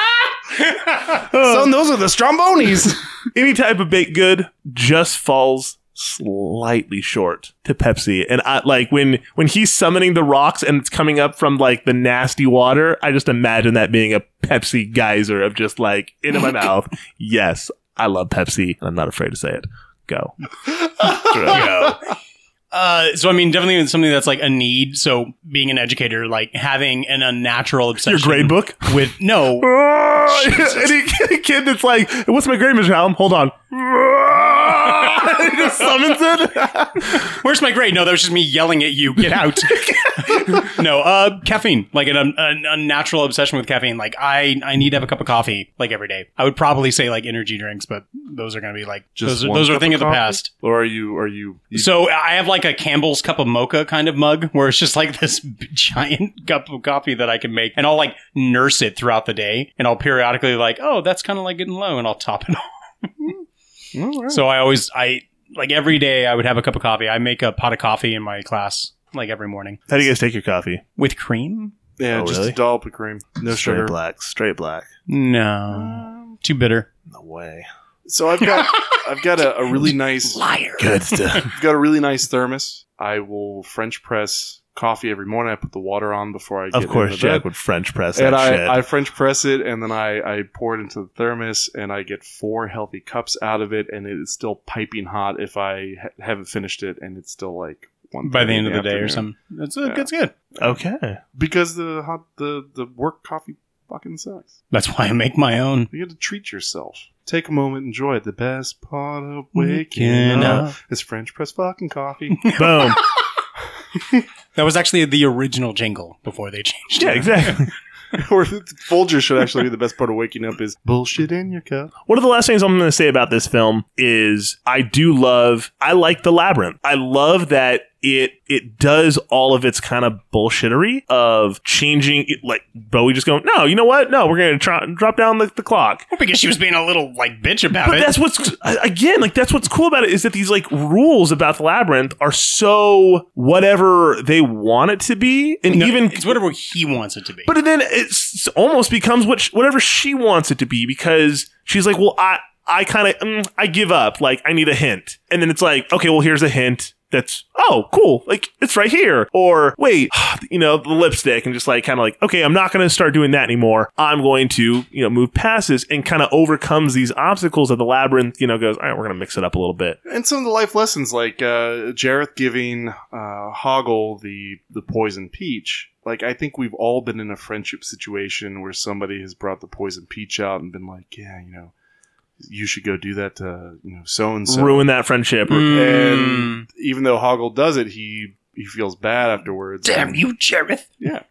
Speaker 3: Son, those are the strombonis.
Speaker 9: any type of baked good just falls slightly short to Pepsi. And I like when when he's summoning the rocks and it's coming up from like the nasty water, I just imagine that being a Pepsi geyser of just like into my mouth. Yes, I love Pepsi. and I'm not afraid to say it. Go. Go.
Speaker 5: Uh, so I mean, definitely it's something that's like a need. So being an educator, like having an unnatural obsession.
Speaker 9: grade book?
Speaker 5: with no.
Speaker 9: any, any kid that's like, what's my grade measure, Alan? Hold on. just summons it.
Speaker 5: Where's my grade? No, that was just me yelling at you. Get out. no, uh, caffeine. Like an, an unnatural obsession with caffeine. Like I, I need to have a cup of coffee like every day. I would probably say like energy drinks, but those are going to be like those are,
Speaker 3: one
Speaker 5: those are a
Speaker 3: cup
Speaker 5: thing of the
Speaker 3: coffee?
Speaker 5: past.
Speaker 3: Or are you are you
Speaker 5: So I have like a Campbell's cup of mocha kind of mug where it's just like this b- giant cup of coffee that I can make and I'll like nurse it throughout the day and I'll periodically like, oh, that's kind of like getting low and I'll top it off. So I always, I like every day I would have a cup of coffee. I make a pot of coffee in my class like every morning
Speaker 9: How do you guys take your coffee?
Speaker 5: with cream.
Speaker 3: Yeah,
Speaker 9: Oh,
Speaker 3: just
Speaker 9: really?
Speaker 3: a dollop of cream. No
Speaker 9: straight
Speaker 3: sugar.
Speaker 9: black. Straight black. Um,
Speaker 5: No, too bitter.
Speaker 9: No way.
Speaker 3: So I've got I've got a, a really nice
Speaker 5: Liar.
Speaker 9: Good stuff.
Speaker 3: I've got a really nice thermos. I will French press coffee every morning. I put the water on before I get
Speaker 9: Of course,
Speaker 3: into bed.
Speaker 9: Jack would French press
Speaker 3: and
Speaker 9: that
Speaker 3: I,
Speaker 9: shit.
Speaker 3: I French press it, and then I, I pour it into the thermos, and I get four healthy cups out of it, and it is still piping hot if I ha- haven't finished it, and it's still like one
Speaker 5: By the
Speaker 3: thirty
Speaker 5: end
Speaker 3: in
Speaker 5: of the day or
Speaker 3: afternoon.
Speaker 5: something. That's,
Speaker 3: Yeah.
Speaker 5: that's good.
Speaker 9: Okay.
Speaker 3: Because the hot the the work coffee fucking sucks.
Speaker 5: That's why I make my own.
Speaker 3: You got to treat yourself. Take a moment, enjoy it. The best part of
Speaker 5: Waking
Speaker 3: waking,
Speaker 5: up.
Speaker 3: up is French press fucking coffee.
Speaker 9: Boom.
Speaker 5: That was actually the original jingle before they changed
Speaker 9: Yeah,
Speaker 5: it.
Speaker 9: exactly.
Speaker 3: or Folger should actually be the best part of waking up is bullshit in your cup.
Speaker 9: One of the last things I'm going to say about this film is I do love I like the labyrinth. I love that it it does all of its kind of bullshittery of changing it, like Bowie just going no you know what no we're going to try drop down the, the clock
Speaker 5: Well, because she was being a little like bitch about
Speaker 9: but
Speaker 5: it.
Speaker 9: that's what's again like that's what's cool about it is that these like rules about the labyrinth are so whatever they want it to be and
Speaker 5: No,
Speaker 9: even
Speaker 5: it's whatever he wants it to be.
Speaker 9: But then it's almost becomes what sh- whatever she wants it to be because she's like, well, I I kind of mm, I give up. Like I need a hint, and then it's like, okay, well, here's a hint. That's oh cool, like it's right here. Or wait, you know the lipstick, and just like kind of like okay, I'm not going to start doing that anymore. I'm going to you know move past this and kind of overcomes these obstacles of the labyrinth. You know, goes all right, we're going to mix it up a little bit.
Speaker 3: And some of the life lessons, like uh, Jareth giving uh, Hoggle the the poison peach. Like I think we've all been in a friendship situation where somebody has brought the poison peach out and been like, "Yeah, you know, you should go do that to you know so and so." Mm.
Speaker 9: Ruin that friendship.
Speaker 3: And even though Hoggle does it, he he feels bad afterwards.
Speaker 5: Damn
Speaker 3: And
Speaker 5: you, Jareth.
Speaker 3: Yeah.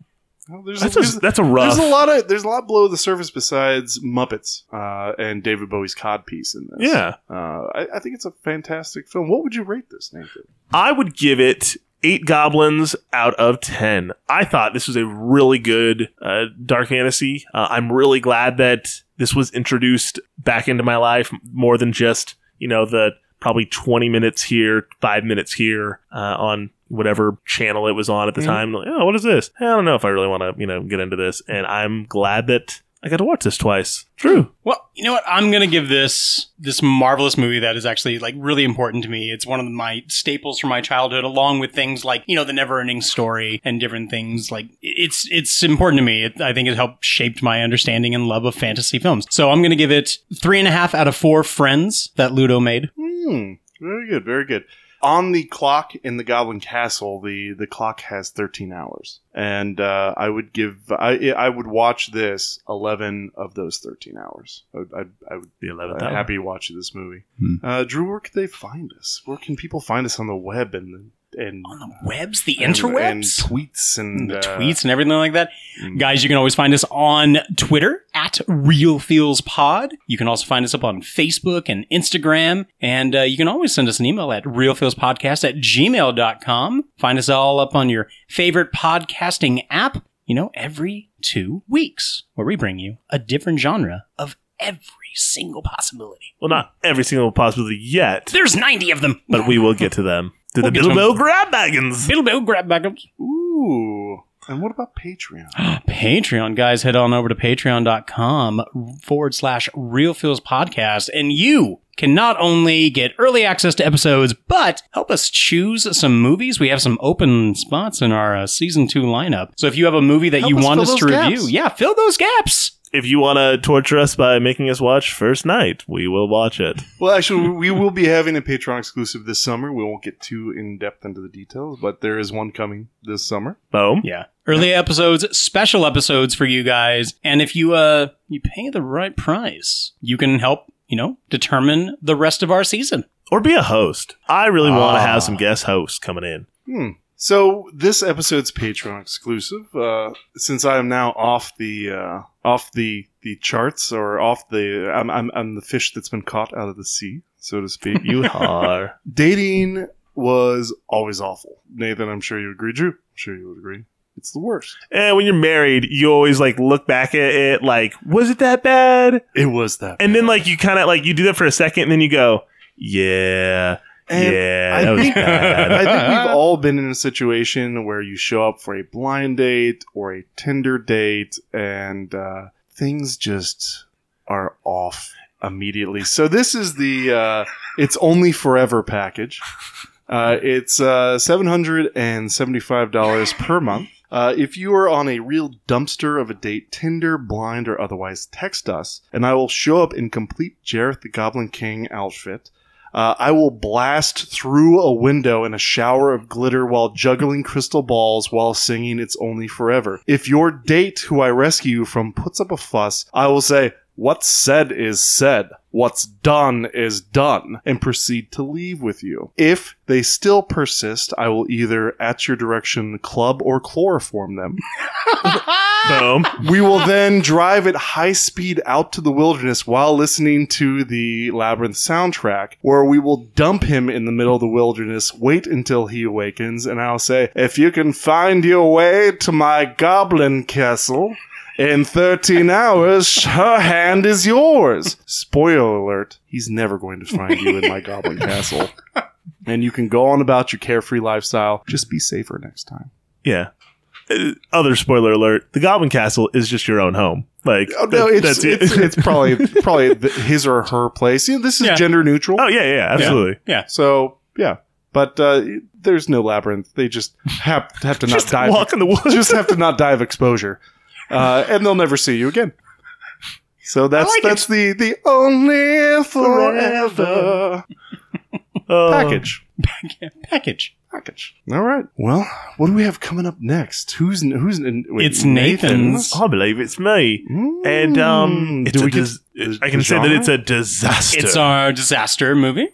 Speaker 3: Well, there's
Speaker 9: That's a- that's a rough-
Speaker 3: There's a lot of there's a lot below the surface besides Muppets uh, and David Bowie's codpiece in this.
Speaker 9: Yeah.
Speaker 3: uh, I, I think it's a fantastic film. What would you rate this, Nathan?
Speaker 9: I would give it eight goblins out of ten. I thought this was a really good uh, dark fantasy. Uh, I'm really glad that this was introduced back into my life more than just you know the probably 20 minutes here, five minutes here uh, on whatever channel it was on at the
Speaker 5: Mhm.
Speaker 9: time. Like, oh, what is this? I don't know if I really want to you know get into this. And I'm glad that I got to watch this twice. True.
Speaker 5: Well, you know what? I'm gonna give this this marvelous movie that is actually like really important to me. It's one of my staples from my childhood, along with things like you know the never-ending story and different things. Like it's it's important to me. It, I think it helped shaped my understanding and love of fantasy films. So I'm gonna give it three and a half out of four friends that Ludo made.
Speaker 3: Hmm. Very good. Very good. On the clock in the Goblin Castle, the the clock has 13 hours, and uh, I would give I I would watch this 11 of those 13 hours. I would, I, I would
Speaker 9: The 11th
Speaker 3: I'm
Speaker 5: Uh,
Speaker 9: hour.
Speaker 5: Hmm.
Speaker 3: Uh, happy watching this movie. Uh, Drew, where can they find us? Where can people find us on the web and and
Speaker 5: webs, the
Speaker 3: and-
Speaker 5: interwebs,
Speaker 3: and tweets and
Speaker 5: the
Speaker 3: uh,
Speaker 5: tweets and everything like that.
Speaker 9: Mm-hmm.
Speaker 5: Guys, you can always find us on Twitter at Real Feels Pod. You can also find us up on Facebook and Instagram. And uh, you can always send us an email at realfeelspodcast at gmail.com. Find us all up on your favorite podcasting app, you know, every two weeks, where we bring you a different genre of every single possibility.
Speaker 9: Well, not every single possibility yet,
Speaker 5: There's 90 of them.
Speaker 9: but we will get to them. To the
Speaker 5: We'll get to
Speaker 9: Bilbo
Speaker 5: them.
Speaker 9: grab baggins.
Speaker 5: Bilbo grab baggins.
Speaker 3: Ooh. And what about Patreon?
Speaker 5: Patreon, guys, head on over to patreon.com forward slash real feels podcast, and you can not only get early access to episodes, but help us choose some movies. We have some open spots in our uh, season two lineup. So if you have a movie that
Speaker 9: Help
Speaker 5: you
Speaker 9: us
Speaker 5: want
Speaker 9: fill
Speaker 5: us to
Speaker 9: those gaps.
Speaker 5: review, yeah, fill those gaps.
Speaker 9: If you want to torture us by making us watch First Night, we will watch it.
Speaker 3: Well, actually, we will be having a Patreon exclusive this summer. We won't get too in depth into the details, but there is one coming this summer.
Speaker 9: Boom.
Speaker 5: Yeah. Early episodes, special episodes for you guys. And if you uh you pay the right price, you can help, you know, determine the rest of our season.
Speaker 9: Or be a host. I really want to
Speaker 3: Ah.
Speaker 9: have some guest hosts coming in.
Speaker 3: Hmm. So this episode's Patreon exclusive. Uh, since I am now off the uh, off the the charts or off the I'm, I'm I'm the fish that's been caught out of the sea, so to speak.
Speaker 9: You are.
Speaker 3: dating was always awful. Nathan, I'm sure you agree. Drew, I'm sure you would agree. It's the worst.
Speaker 9: And when you're married, you always like look back at it like, was it that bad?
Speaker 3: It was that.
Speaker 9: And then like you kind of like you do that for a second, and then you go, yeah,
Speaker 3: And
Speaker 9: yeah,
Speaker 3: I
Speaker 9: that was
Speaker 3: think-
Speaker 9: bad.
Speaker 3: I think we've all been in a situation where you show up for a blind date or a Tinder date, and uh, things just are off immediately. So this is the uh, it's only forever package. Uh, it's uh, seven hundred and seventy-five dollars per month. Uh, if you are on a real dumpster of a date, Tinder, blind, or otherwise, text us, and I will show up in complete Jareth the Goblin King outfit. Uh, I will blast through a window in a shower of glitter while juggling crystal balls while singing It's Only Forever. If your date, who I rescue from, puts up a fuss, I will say, What's said is said. What's done is done, and proceed to leave with you. If they still persist, I will either, at your direction, club or chloroform them.
Speaker 9: Boom.
Speaker 3: We will then drive at high speed out to the wilderness while listening to the Labyrinth soundtrack, where we will dump him in the middle of the wilderness, wait until he awakens, and I'll say, If you can find your way to my goblin castle in 13 hours, her hand is yours. Spoiler alert, he's never going to find you in my goblin castle. And you can go on about your carefree lifestyle. Just be safer next time.
Speaker 9: Yeah. Uh, Other spoiler alert: the Goblin Castle is just your own home. Like,
Speaker 3: Oh, no,
Speaker 9: that-
Speaker 3: it's,
Speaker 9: that's it.
Speaker 3: it's, it's probably probably th his or her place. You know, this is
Speaker 9: Yeah.
Speaker 3: gender neutral.
Speaker 9: oh yeah, yeah, absolutely.
Speaker 5: Yeah.
Speaker 3: So yeah, but uh, there's no labyrinth. They just have have to not
Speaker 9: Just
Speaker 3: die.
Speaker 9: walk in the woods.
Speaker 3: Just have to not die of exposure, uh, and they'll never see you again. So that's
Speaker 5: like it.
Speaker 3: that's the the only forever
Speaker 9: Oh.
Speaker 3: package.
Speaker 5: Package.
Speaker 3: Package. All right. Well, what do we have coming up next? Who's who's? Wait, Oh.
Speaker 5: It's Nathan's.
Speaker 9: I believe it's me. And um,
Speaker 3: Mm,
Speaker 9: it's
Speaker 3: do
Speaker 9: a
Speaker 3: we get
Speaker 9: dis-
Speaker 3: the-
Speaker 9: I can
Speaker 3: the
Speaker 9: say that
Speaker 3: genre?
Speaker 9: it's a disaster.
Speaker 5: It's our disaster movie.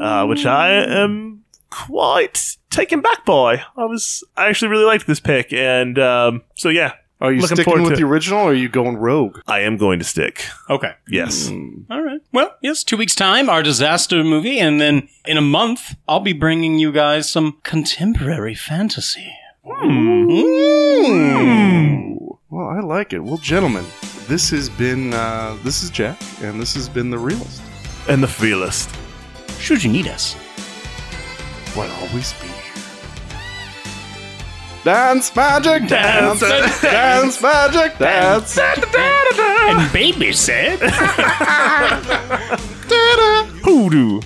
Speaker 9: uh, which I am quite taken back by. I was I actually really liked this pick, and um, so yeah,
Speaker 3: Are you
Speaker 9: Looking
Speaker 3: sticking
Speaker 9: forward
Speaker 3: with
Speaker 9: to
Speaker 3: the original, or are you going rogue?
Speaker 9: I am going to stick.
Speaker 5: Okay.
Speaker 9: Yes,
Speaker 3: Hmm.
Speaker 5: All right. Well, yes, two weeks' time, our disaster movie. And then in a month, I'll be bringing you guys some contemporary fantasy. Hmm.
Speaker 3: Hmm. Well, I like it. Well, gentlemen, this has been uh, this is Jack, and this has been the realist.
Speaker 9: and the feelest.
Speaker 5: Should you need us?
Speaker 3: What always be dance magic, dance, dance, magic, dance.
Speaker 5: And baby said.
Speaker 9: Hoodoo.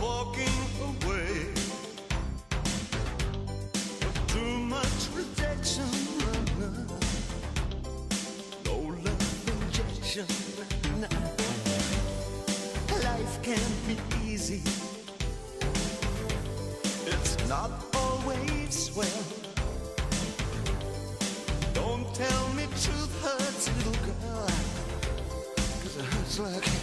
Speaker 19: walking away. Too much rejection, no love injection. Life can be easy. It's not always well. Don't tell me truth hurts, little girl. 'Cause it hurts like